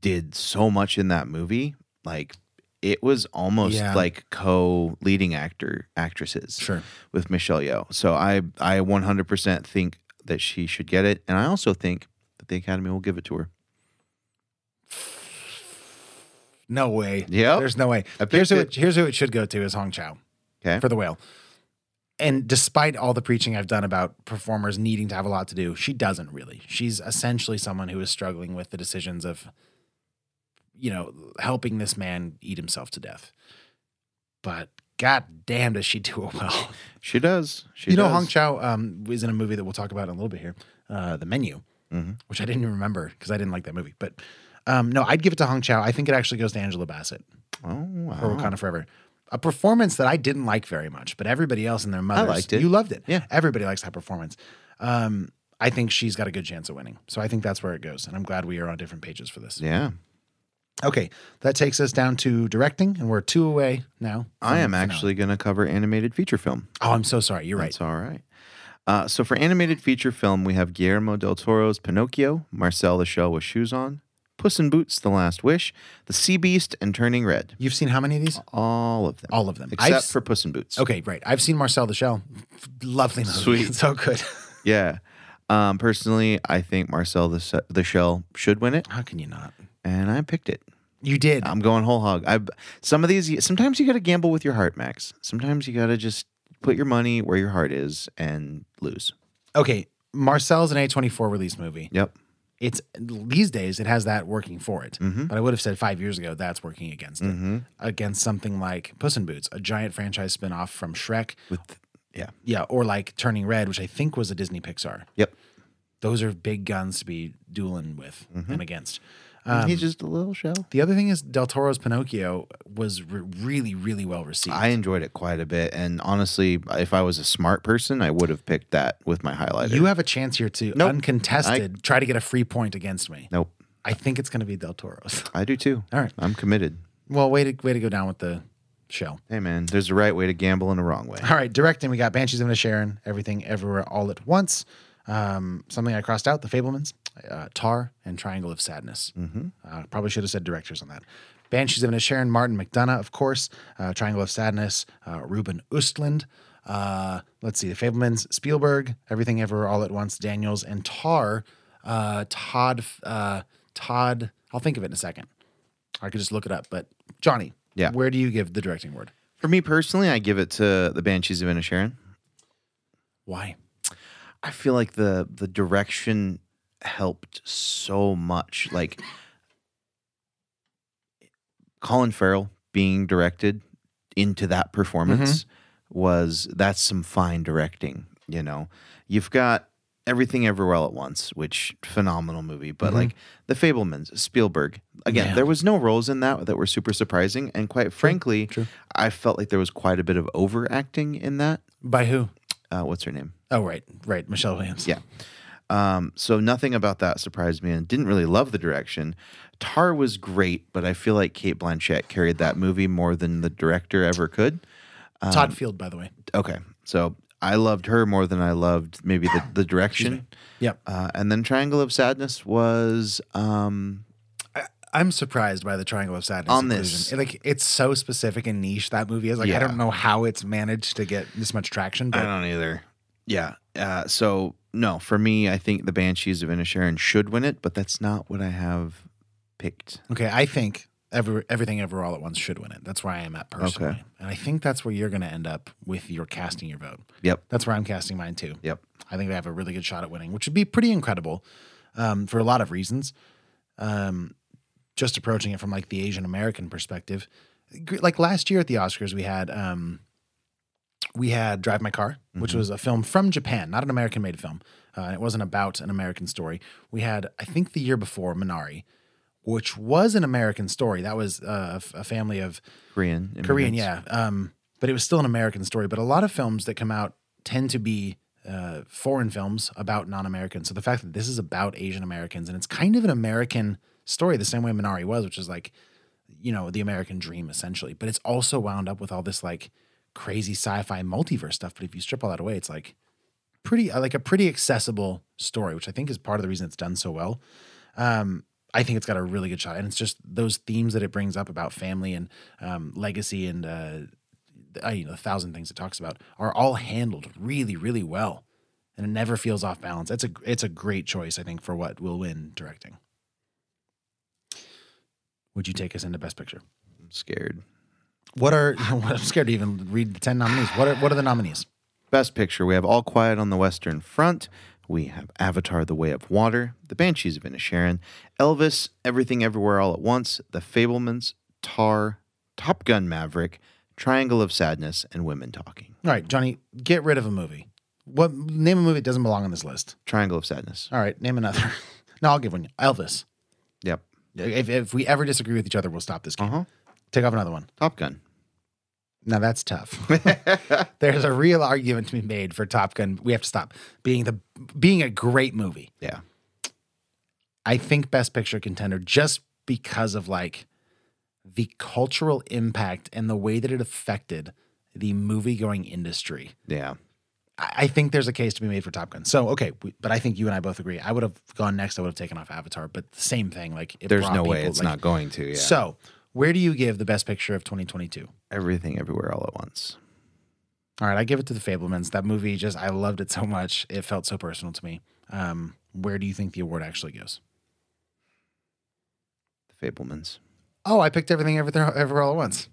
did so much in that movie. Like it was almost Yeah. like co-leading actor actresses sure. with Michelle Yeoh. So I I 100% think that she should get it, and I also think that the Academy will give it to her. No way. Yep. There's no way. I picked Here's who it. it, here's who it should go to is Hong Chow. Okay. For the whale. And despite all the preaching I've done about performers needing to have a lot to do, she doesn't really. She's essentially someone who is struggling with the decisions of, you know, helping this man eat himself to death. But god damn, does she do it well. She does. She you know, does. Hong Chow um, is in a movie that we'll talk about in a little bit here, uh, The Menu, Mhm. which I didn't even remember because I didn't like that movie. But um, no, I'd give it to Hong Chow. I think it actually goes to Angela Bassett Oh for wow. Wakanda Forever. A performance that I didn't like very much, but everybody else and their mother liked it. You loved it. Yeah. Everybody likes that performance. Um, I think she's got a good chance of winning. So I think that's where it goes. And I'm glad we are on different pages for this. Yeah. Okay. That takes us down to directing, and we're two away now. I am from the finale. actually going to cover animated feature film. Oh, I'm so sorry. You're right. That's all right. Uh, so for animated feature film, we have Guillermo del Toro's Pinocchio, Marcel the Shell with Shoes On, Puss in Boots, The Last Wish, The Sea Beast, and Turning Red. You've seen how many of these? All of them. All of them. Except I've- for Puss in Boots. Okay, right. I've seen Marcel the Shell. Lovely movie. Sweet. So good. Yeah. Um, personally, I think Marcel the, Se- the Shell should win it, How can you not? and I picked it. You did. I'm going whole hog. I some of these sometimes you got to gamble with your heart, Max. Sometimes you got to just put your money where your heart is and lose. okay, Marcel's an A24 release movie. Yep. It's these days it has that working for it. Mm-hmm. But I would have said 5 years ago that's working against it. Against something like Puss in Boots, a giant franchise spin-off from Shrek. With yeah. Yeah, or like Turning Red, which I think was a Disney Pixar. Yep. Those are big guns to be dueling with Mm-hmm. and against. Um, He's just a little shell. The other thing is Del Toro's Pinocchio was re- really, really well received. I enjoyed it quite a bit, and honestly, if I was a smart person, I would have picked that with my highlighter. you have a chance here to Nope. uncontested try to get a free point against me. nope. I think it's going to be Del Toro's. I do too. All right. I'm committed. Well, way to way to go down with the show. Hey man, there's a right way to gamble and a wrong way. All right, directing we got Banshees of Sharon, Everything Everywhere All at Once. Um, something I crossed out: The Fablemans, uh, Tar, and Triangle of Sadness. Mm-hmm. Uh, probably should have said directors on that. Banshees of Sharon, Martin McDonough, of course. Uh, Triangle of Sadness, uh, Ruben Östlund. Uh, let's see, The Fablemans, Spielberg, Everything Everywhere All at Once, Daniels, and Tar. Uh, Todd, uh, Todd. I'll think of it in a second. I could just look it up. But Johnny, Yeah. where do you give the directing word? For me personally, I give it to the Banshees of Inisherin. Why? I feel like the the direction helped so much. Like Colin Farrell being directed into that performance was that's some fine directing, you know. You've got Everything Everywhere All at Once, which phenomenal movie, but like The Fablemans, Spielberg. Again, Yeah. there was no roles in that that were super surprising and quite frankly, I felt like there was quite a bit of overacting in that. By who? Uh, what's her name? Oh, right, right. Michelle Williams. Yeah. Um, so nothing about that surprised me and didn't really love the direction. Tar was great, but I feel like Kate Blanchett carried that movie more than the director ever could. Um, Todd Field, by the way. Okay. So I loved her more than I loved maybe the, the direction. Yep. Uh, and then Triangle of Sadness was um, I'm surprised by the Triangle of Sadness. On inclusion. this. It, like it's so specific and niche that movie is. Like I Yeah. Uh, don't know how it's managed to get this much traction, I but don't either. Yeah. Uh, so no, for me, I think the Banshees of Inisherin should win it, but that's not what I have picked. okay. I think every everything ever all at once should win it. That's where I am at personally, and I think that's where you're going to end up with your casting your vote. Yep. That's where I'm casting mine too. Yep. I think they have a really good shot at winning, which would be pretty incredible um, for a lot of reasons. Um, just approaching it from like the Asian American perspective, Gr- like last year at the Oscars, we had um, we had Drive My Car, which was a film from Japan, not an American-made film. Uh, and it wasn't about an American story. We had, I think, the year before Minari, which was an American story. That was uh, a f- a family of Korean. Korean, immigrants. yeah. Um, but it was still an American story. But a lot of films that come out tend to be uh, foreign films about non-Americans. So the fact that this is about Asian Americans and it's kind of an American story, the same way Minari was, which is like, you know, the American dream essentially. But it's also wound up with all this like crazy sci-fi multiverse stuff. But if you strip all that away, it's like pretty uh, like a pretty accessible story, which I think is part of the reason it's done so well. Um, I think it's got a really good shot, and it's just those themes that it brings up about family and um, legacy and uh, uh, you know a thousand things it talks about are all handled really, really well, and it never feels off balance. It's a it's a great choice, I think, for what will win directing. Would you take us into Best Picture? I'm scared. What are I'm scared to even read the ten nominees. What are what are the nominees? Best Picture, we have All Quiet on the Western Front. We have Avatar: The Way of Water, The Banshees of Inisherin, Elvis, Everything Everywhere All at Once, The Fablemans, Tar, Top Gun: Maverick, Triangle of Sadness, and Women Talking. All right, Johnny, get rid of a movie. What name a movie that doesn't belong on this list? Triangle of Sadness. All right, name another. no, I'll give one. Elvis. Yep. If, if we ever disagree with each other, we'll stop this game. Uh huh. Take off another one. Top Gun. Now that's tough. There's a real argument to be made for Top Gun. We have to stop being the being a great movie. Yeah. I think Best Picture contender just because of like the cultural impact and the way that it affected the movie going industry. Yeah. I I think there's a case to be made for Top Gun. So okay, we, but I think you and I both agree. I would have gone next. I would have taken off Avatar, but the same thing. Like it There's brought no way people, it's like- not going to. Yeah. So where do you give the best picture of 2022? Everything Everywhere All at Once. All right, I give it to the Fablemans. That movie just I loved it so much. It felt so personal to me. Um, where do you think the award actually goes? The Fablemans. Oh, I picked everything everything everywhere all at once.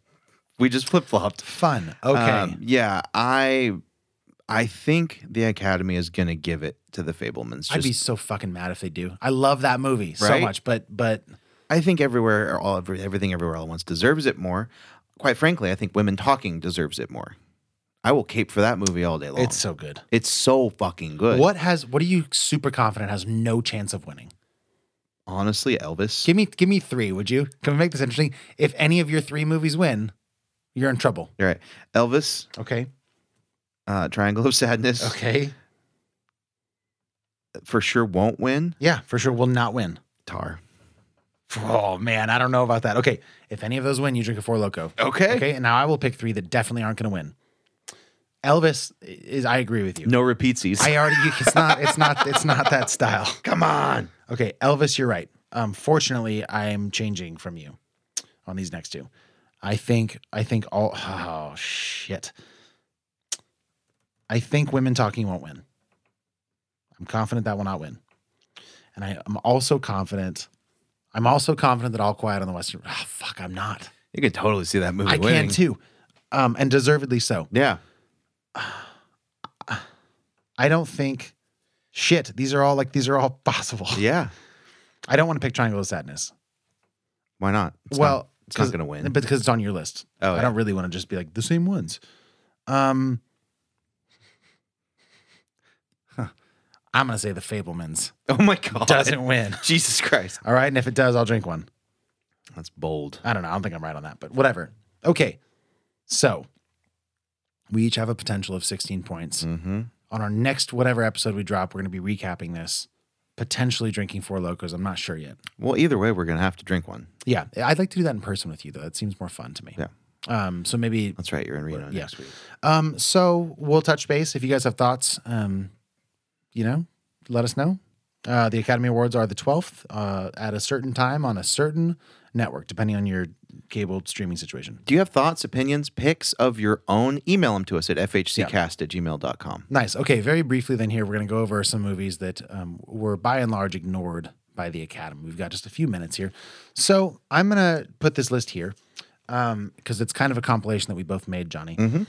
We just flip flopped. Fun. Okay. Um, yeah, I I think the Academy is gonna give it to the Fablemans. I'd Just- be so fucking mad if they do. I love that movie so Right? much, but but I think everywhere, or all every, everything, everywhere, all at once deserves it more. Quite frankly, I think Women Talking deserves it more. I will cape for that movie all day long. it's so good. it's so fucking good. What has what are you super confident has no chance of winning? Honestly, Elvis. Give me give me three, would you? Can we make this interesting? If any of your three movies win, you're in trouble. You're right. Elvis. Okay. Uh, Triangle of Sadness. Okay. For sure won't win. Yeah, for sure will not win. Tar. Oh man, I don't know about that. Okay, if any of those win, you drink a four loco. Okay. Okay, and now I will pick three that definitely aren't going to win. Elvis is. I agree with you. No repeatsies. I already. You, it's not. It's not. It's not that style. Come on. Okay, Elvis, you're right. Um, fortunately, I'm changing from you on these next two. I think. I think all. Oh shit. I think women talking won't win. I'm confident that will not win, and I am also confident. I'm also confident that all quiet on the western. Ah, fuck, I'm not. You can totally see that movie I winning. can too, um, and deservedly so. Yeah. I don't think. Shit, these are all like these are all possible. Yeah. I don't want to pick Triangle of Sadness. Why not? It's well, not- it's not 'cause- going to win. but because it's on your list. Oh, I yeah. don't really want to just be like the same ones. Um, huh. I'm gonna say the Fablemans oh my god. doesn't win. Jesus Christ. All right, and if it does, I'll drink one. That's bold. I don't know. I don't think I'm right on that, but whatever. Okay, so we each have a potential of 16 points. Mm-hmm. on our next whatever episode we drop, we're going to be recapping this, potentially drinking four locos. I'm not sure yet. Well, either way, we're going to have to drink one. Yeah, I'd like to do that in person with you though. That seems more fun to me. Yeah. Um. So maybe. That's right. You're in Reno Yeah. next week. Um. So we'll touch base if you guys have thoughts. Um. You know, let us know. Uh, the Academy Awards are the 12th uh, at a certain time on a certain network, depending on your cable streaming situation. Do you have thoughts, opinions, picks of your own? Email them to us at fhccast at gmail.com. Nice. Okay. Very briefly, then here we're going to go over some movies that um, were by and large ignored by the Academy. We've got just a few minutes here, so I'm going to put this list here because it's kind of a compilation that we both made, Johnny. Mm-hmm.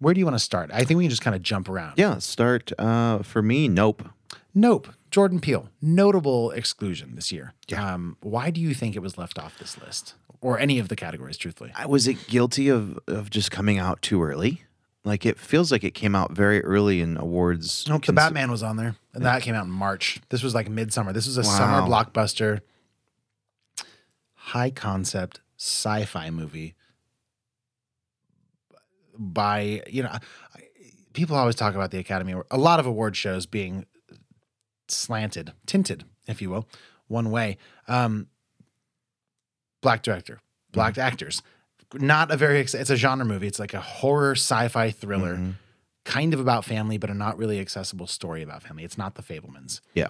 Where do you want to start? I think we can just kind of jump around. Yeah, let's start uh, for me. Nope. Nope. Jordan Peele, notable exclusion this year. Yeah. Um, why do you think it was left off this list or any of the categories? Truthfully, I was it guilty of of just coming out too early. Like it feels like it came out very early in awards. nope. The consi- Batman was on there, and that came out in March. This was like midsummer. This was a summer Wow. blockbuster, high concept sci-fi movie. By you know, I- people always talk about the Academy. Award- A lot of award shows being slanted, tinted, if you will, one way. Um, black director, black actors. Not a very. ex- It's a genre movie. It's like a horror sci-fi thriller Mhm. kind of about family, but a not really accessible story about family. It's not The Fablemans. Yeah.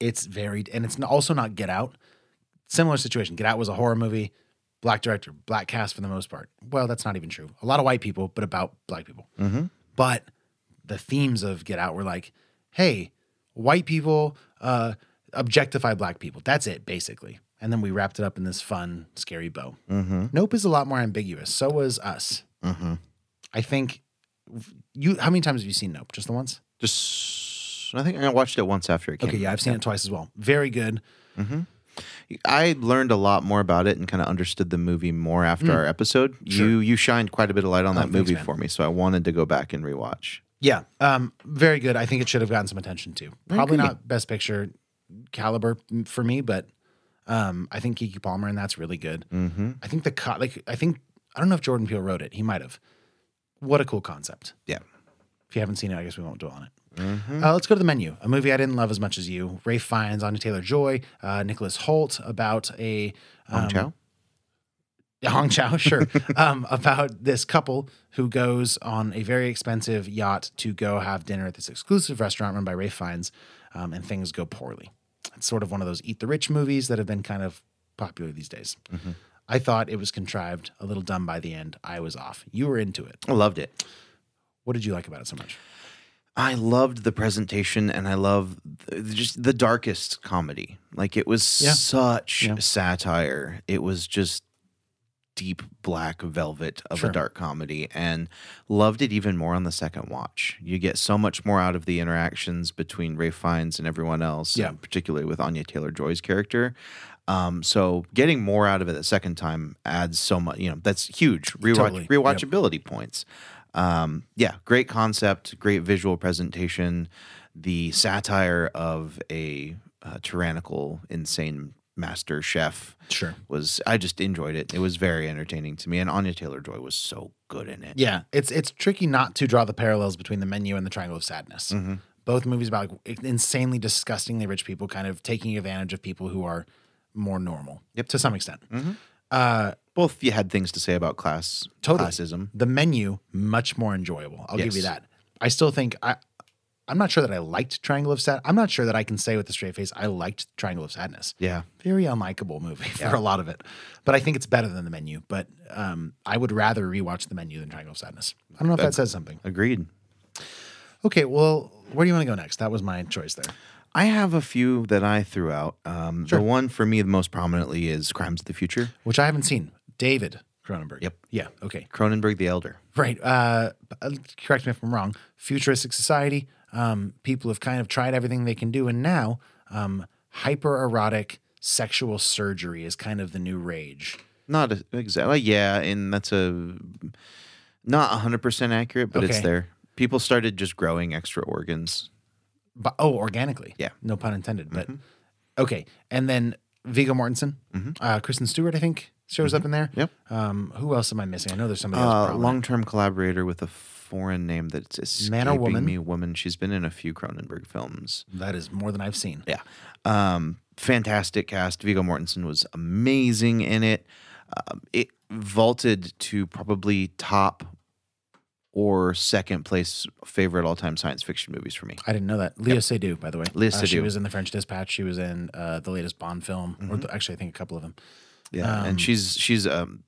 It's varied, and it's n- also not Get Out. Similar situation. Get Out was a horror movie, black director, black cast for the most part. Well, that's not even true. A lot of white people, but about black people. Mhm. But the themes of Get Out were like, hey, white people uh, objectify black people. That's it, basically. And then we wrapped it up in this fun, scary bow. Mhm. Nope is a lot more ambiguous. So was Us. Mhm. I think you. How many times have you seen Nope? Just the once. Just I think I watched it once after it came. Okay, yeah, I've seen it twice as well. Very good. I learned a lot more about it and kind of understood the movie more after Hmm. our episode. You you shined quite a bit of light on that movie Oh, man. for me, so I wanted to go back and rewatch. Yeah, um, very good. I think it should have gotten some attention too. Probably not Best Picture caliber m- for me, but um, I think Kiki Palmer and that's really good. Mm-hmm. I think the co- like I think I don't know if Jordan Peele wrote it. He might have. What a cool concept. Yeah. If you haven't seen it, I guess we won't dwell on it. Uh, let's go to the menu. A movie I didn't love as much as you. Ray Fiennes, Anya Taylor Joy, uh, Nicholas Holt about a um, Hong Chow? Hong Chao, sure, um, about this couple who goes on a very expensive yacht to go have dinner at this exclusive restaurant run by Ray Fiennes, um, and things go poorly. It's sort of one of those eat the rich movies that have been kind of popular these days. I thought it was contrived, a little dumb by the end. I was off. You were into it. I loved it. What did you like about it so much? I loved the presentation and I love th- just the darkest comedy. Like it was Yeah. such Yeah. satire. It was just deep black velvet of Sure. a dark comedy and loved it even more on the second watch. You get so much more out of the interactions between Ray Fiennes and everyone else, Yeah. and particularly with Anya Taylor-Joy's character. Um, so getting more out of it the second time adds so much, you know, that's huge. Rewatch, Totally. Yep. Rewatchability points um, yeah, great concept, great visual presentation, the satire of a uh, tyrannical, insane master chef. Sure. was I just enjoyed it. It was very entertaining to me, and Anya Taylor Joy was so good in it. Yeah, it's it's tricky not to draw the parallels between the menu and the Triangle of Sadness. Both movies about like insanely disgustingly rich people kind of taking advantage of people who are more normal. Yep, Mm-hmm. to some extent. both you had things to say about class Totally. classism. The menu much more enjoyable. I'll give you Yes. that. I still think I. I'm not sure that I liked Triangle of Sad. I'm not sure that I can say with a straight face I liked Triangle of Sadness. Yeah, very unlikable movie for a lot of it. But I think it's better than The Menu. But um, I would rather rewatch The Menu than Triangle of Sadness. I don't know if that says something. agreed. Okay, well, where do you want to go next? That was my choice there. I have a few that I threw out. Um, The one for me, the most prominently, is Crimes of the Future. Which I haven't seen. David Cronenberg. Yep. Yeah, okay. Cronenberg the Elder. Right. Uh, b- uh, correct me if I'm wrong. Futuristic society. Um, people have kind of tried everything they can do, and now um, hyper erotic sexual surgery is kind of the new rage. Not e-, exactly. Yeah, and that's a not hundred percent accurate, but it's Okay. there. People started just growing extra organs. But oh, organically. Yeah. Mm-hmm. No pun intended. But okay. And then Vigo Mortensen, uh, Kristen Stewart, I think, shows up in there. Mm-hmm. Yep. Um, who else am I missing? I know there's somebody else. Uh, prominent. long-term collaborator with a foreign name that's escaping Man or woman? me. Woman. She's been in a few Cronenberg films. that is more than I've seen. Yeah. Um, fantastic cast. Vigo Mortensen was amazing in it. Um, it vaulted to probably top or second place favorite all-time science fiction movies for me. I didn't know that. Lea Seydoux, by the way. Lea uh, She Seydoux. Mm-hmm. was in The French Dispatch. She was in uh, the latest Bond film, or the, actually, I think a couple of them. Yeah, and she's she's um,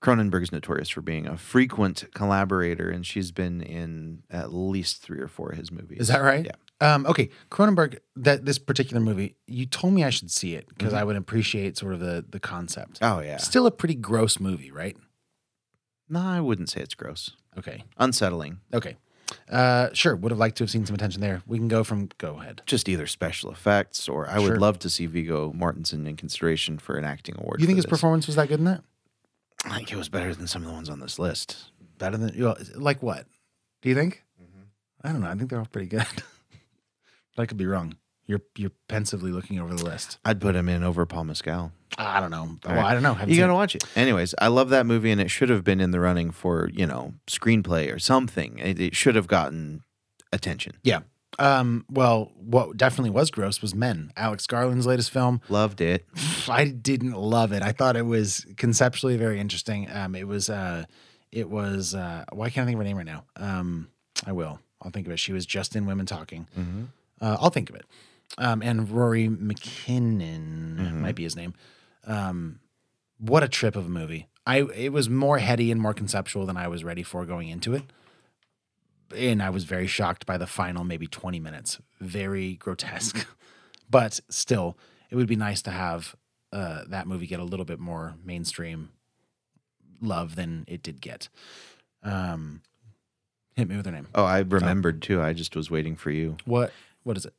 Cronenberg's notorious for being a frequent collaborator, and she's been in at least three or four of his movies. Is that right? Yeah. Um, okay, Cronenberg. That this particular movie, you told me I should see it because I would appreciate sort of the the concept. Oh Mm-hmm. yeah. Still a pretty gross movie, right? No, I wouldn't say it's gross. Okay. Unsettling. Okay. Uh, sure. Would have liked to have seen some attention there. We can go from go ahead. Just either special effects, or I would Sure. love to see Vigo Mortensen in consideration for an acting award. You think for his this. performance was that good in that? I think it was better than some of the ones on this list. Better than you know, like what? Do you think? Mm-hmm. I don't know. I think they're all pretty good. but I could be wrong. You're you're pensively looking over the list. I'd put him in over Paul Mescal. I don't know. well, right. I don't know. Haven't You seen gotta it. watch it. Anyways, I love that movie, and it should have been in the running for you know screenplay or something. It, it should have gotten attention. yeah. Um, well, what definitely was gross was Men, Alex Garland's latest film. Loved it. I didn't love it. I thought it was conceptually very interesting. Um, it was, uh, it was. Uh, why can't I think of her name right now? Um, I will. I'll think of it. She was just in Women Talking. Uh, I'll think of it. Um, and Rory McKinnon might be his name. Um, what a trip of a movie! I it was more heady and more conceptual than I was ready for going into it. And I was very shocked by the final maybe 20 minutes. Very grotesque. but still, it would be nice to have uh, that movie get a little bit more mainstream love than it did get. Um, hit me with her name. Oh, I remembered too. I just was waiting for you. What? What is it?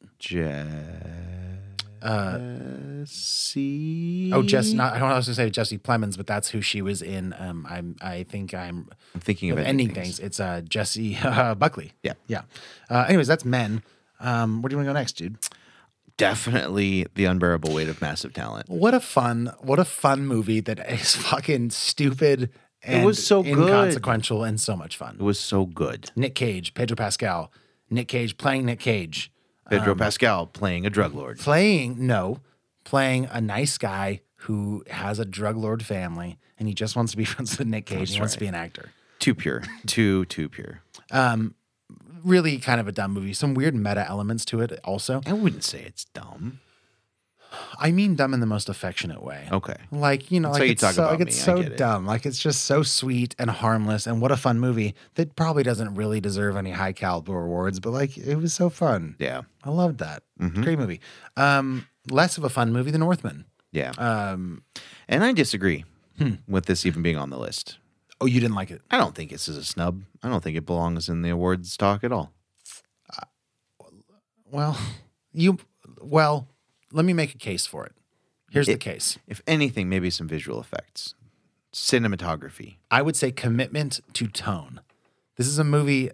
Jesse. Oh, Jess. Not, I don't know. I was gonna say Jesse Plemons, but that's who she was in. Um, I'm. I think I'm I'm thinking of of ending ending things. It's uh Jesse uh, Buckley. Yeah. yeah. Uh, anyways, that's men. Um, where do you want to go next, dude? Definitely the unbearable weight of massive talent. What a fun, what a fun movie that is fucking stupid. And was so good. inconsequential and so much fun. It was so good. Nick Cage, Pedro Pascal, Nick Cage playing Nick Cage, Pedro Pascal playing a drug lord. playing no, playing a nice guy who has a drug lord family and he just wants to be friends with Nick Cage. he wants to be an actor. Too pure. too too pure. Really, kind of a dumb movie. Some weird meta elements to it. Also, I wouldn't say it's dumb. I mean dumb in the most affectionate way. Okay. Like, you know, Oh. That's like how you it's talk so, about like it's me, I so get it. dumb. Like it's just so sweet and harmless and what a fun movie that probably doesn't really deserve any high caliber awards, but like it was so fun. Yeah. Mm-hmm. I loved that. Great movie. Um less of a fun movie than Northman. Yeah. Um and I disagree with this even being on the list. oh you didn't like it. I don't think this is a snub. I don't think it belongs in the awards talk at all. Well, you well, let me make a case for it. Here's the It- case. If anything, maybe some visual effects, cinematography. I would say commitment to tone. This is a movie,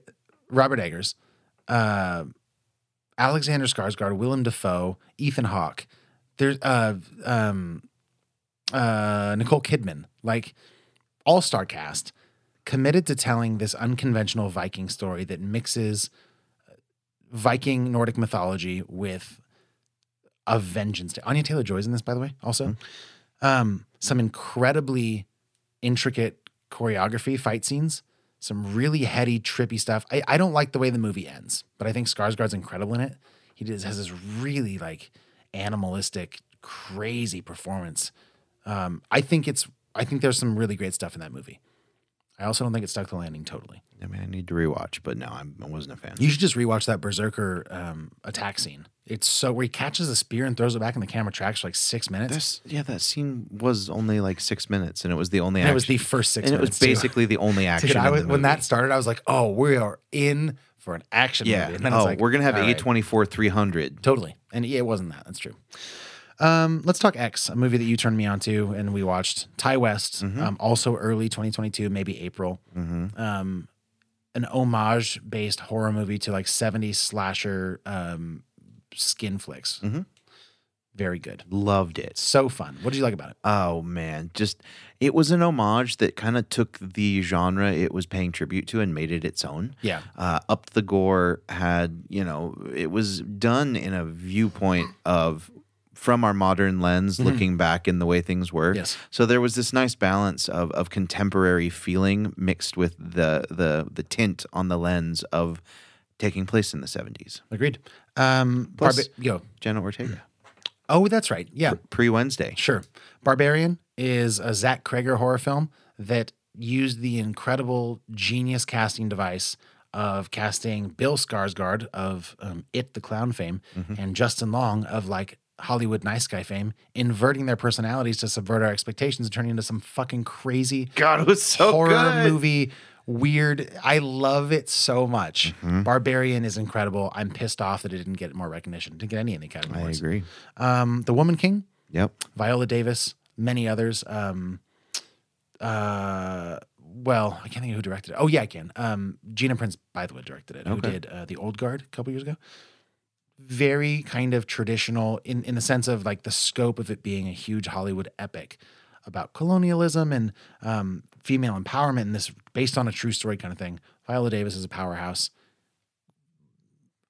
Robert Eggers, uh, Alexander Skarsgård, Willem Dafoe, Ethan Hawke, there's uh, um, uh, Nicole Kidman, like all star cast, committed to telling this unconventional Viking story that mixes uh, Viking Nordic mythology with a vengeance. Anya Taylor Joy's in this, by the way, also. Um, some incredibly intricate choreography, fight scenes, some really heady, trippy stuff. I, I don't like the way the movie ends, but I think Skarsgård's incredible in it. He does, has this really like animalistic, crazy performance. Um, I think it's I think there's some really great stuff in that movie. I also don't think it stuck the landing totally. I mean, I need to rewatch, but no, I'm, I wasn't a fan. You should just rewatch that Berserker um, attack scene. It's so where he catches a spear and throws it back in the camera tracks for like six minutes. This, yeah, that scene was only like six minutes, and it was the only. And it was action- the first six and minutes, it too. was basically the only action. Dude, I in was, the when that movie. started, I was like, "Oh, we are in for an action yeah. movie." And then oh, it's like, we're gonna have all a right. twenty four three hundred. Totally, and yeah, it wasn't that. That's true. Um, let's talk X, a movie that you turned me on to, and we watched Ty West, um, also early 2022, maybe April. Um, an homage based horror movie to like 70s slasher um, skin flicks. Mhm. Very good, Loved it. so fun. What did you like about it? Oh man, just it was an homage that kind of took the genre it was paying tribute to and made it its own. Yeah. Uh, Up the Gore had, you know, it was done in a viewpoint of from our modern lens, looking back in the way things were. Yes. So there was this nice balance of of contemporary feeling mixed with the the the tint on the lens of taking place in the 70s. Agreed. Um, Plus- Barba- yo. Jenna Ortega, Oh, that's right. Yeah. pre Wednesday. Sure. Barbarian is a Zach Kreger horror film that used the incredible genius casting device of casting Bill Skarsgård of um, It the Clown fame Mm-hmm. and Justin Long of like Hollywood Nice Guy fame, inverting their personalities to subvert our expectations and turning into some fucking crazy God, it was so horror Oh, good. movie. Weird. I love it so much. Mm-hmm. Barbarian is incredible. I'm pissed off that it didn't get more recognition. Didn't get any in the Academy I Awards. agree. Um, the Woman King, Yep. Viola Davis, many others. Um, uh, well, I can't think of who directed it. Oh yeah, I can. Um, Gina Prince Bythewood directed it. Who Okay. did uh, the Old Guard a couple years ago? Very kind of traditional in in the sense of like the scope of it being a huge Hollywood epic about colonialism and um, female empowerment and this based on a true story kind of thing. Viola Davis is a powerhouse.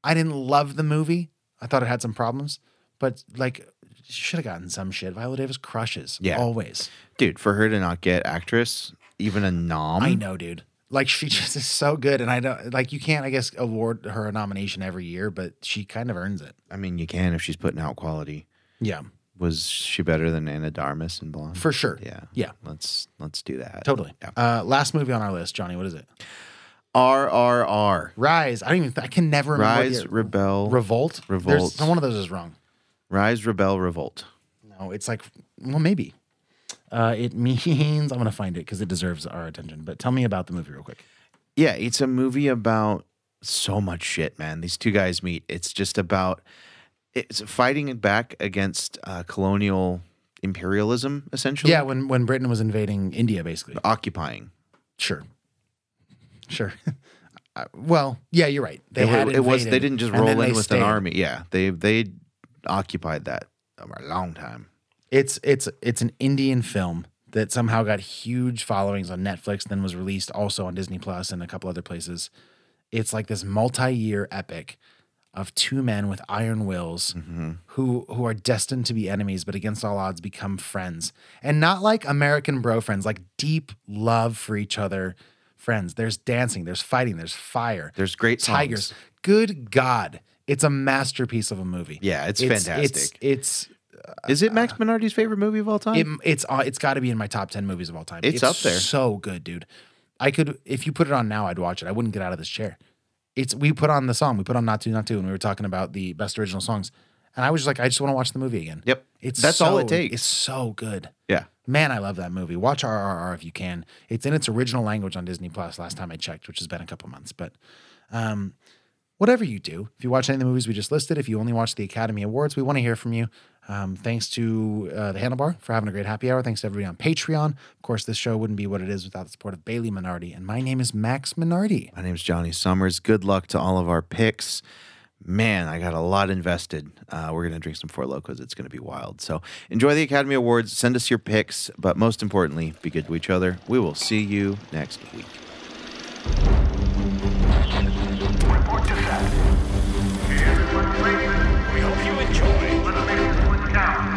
I didn't love the movie. I thought it had some problems, but like should have gotten some shit. Viola Davis crushes Yeah. always. dude, for her to not get actress, even a nom. I know, dude. Like she just is so good, and I don't like you can't, I guess, award her a nomination every year, but she kind of earns it. I mean, you can if she's putting out quality. Yeah, Was she better than Anna Darmus in Blonde? for sure. Yeah. yeah, Let's let's do that. totally. Yeah. Uh, last movie on our list, Johnny. What is it? RRR. Rise. I don't even. I can never remember. what Rise, the- rebel, Revolt. Revolt. There's, no one of those is wrong. rise, rebel, revolt. No, it's like well, maybe. Uh, it means I'm gonna find it because it deserves our attention. But tell me about the movie real quick. Yeah, it's a movie about so much shit, man. These two guys meet. It's just about it's fighting back against uh, colonial imperialism, essentially. Yeah, when when Britain was invading India, basically. occupying. Sure. Sure. Uh, well, yeah, you're right. They it, wa- had it was invaded, they didn't just and roll then in they with stayed. an army. Yeah, they they occupied that for a long time. It's it's it's an Indian film that somehow got huge followings on Netflix, then was released also on Disney Plus and a couple other places. It's like this multi-year epic of two men with iron wills Mm-hmm. who who are destined to be enemies, but against all odds become friends, and not like American bro friends, like deep love for each other. Friends, there's dancing, there's fighting, there's fire. There's great songs. Tigers. Good God. It's a masterpiece of a movie. Yeah, it's fantastic. It's, it's Is it Max Minardi's favorite movie of all time? Uh, It, it's uh, it's got to be in my top ten movies of all time. It's up there. So good, dude. I could if you put it on now, I'd watch it. I wouldn't get out of this chair. It's we put on the song we put on Not To Not To, and we were talking about the best original songs, and I was just like, I just want to watch the movie again. Yep. It's That's all it so- takes. It's so good. yeah. Man, I love that movie. Watch RRR if you can. It's in its original language on Disney Plus last time I checked, which has been a couple months. But um, whatever you do, if you watch any of the movies we just listed, if you only watch the Academy Awards, we want to hear from you. Um, thanks to uh, the Handlebar for having a great happy hour. Thanks to everybody on Patreon. Of course, this show wouldn't be what it is without the support of Bailey Minardi. And my name is Max Minardi. My name's Johnny Summers. Good luck to all of our picks. Man, I got a lot invested. Uh, we're going to drink some Four Locos. It's going to be wild. So enjoy the Academy Awards. Send us your picks. But most importantly, be good to each other. We will see you next week. Report to set. Everyone ready? We hope you enjoy. Let's make this one count.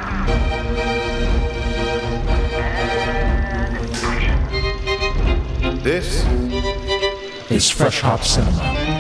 And action. is Fresh Hop Cinema.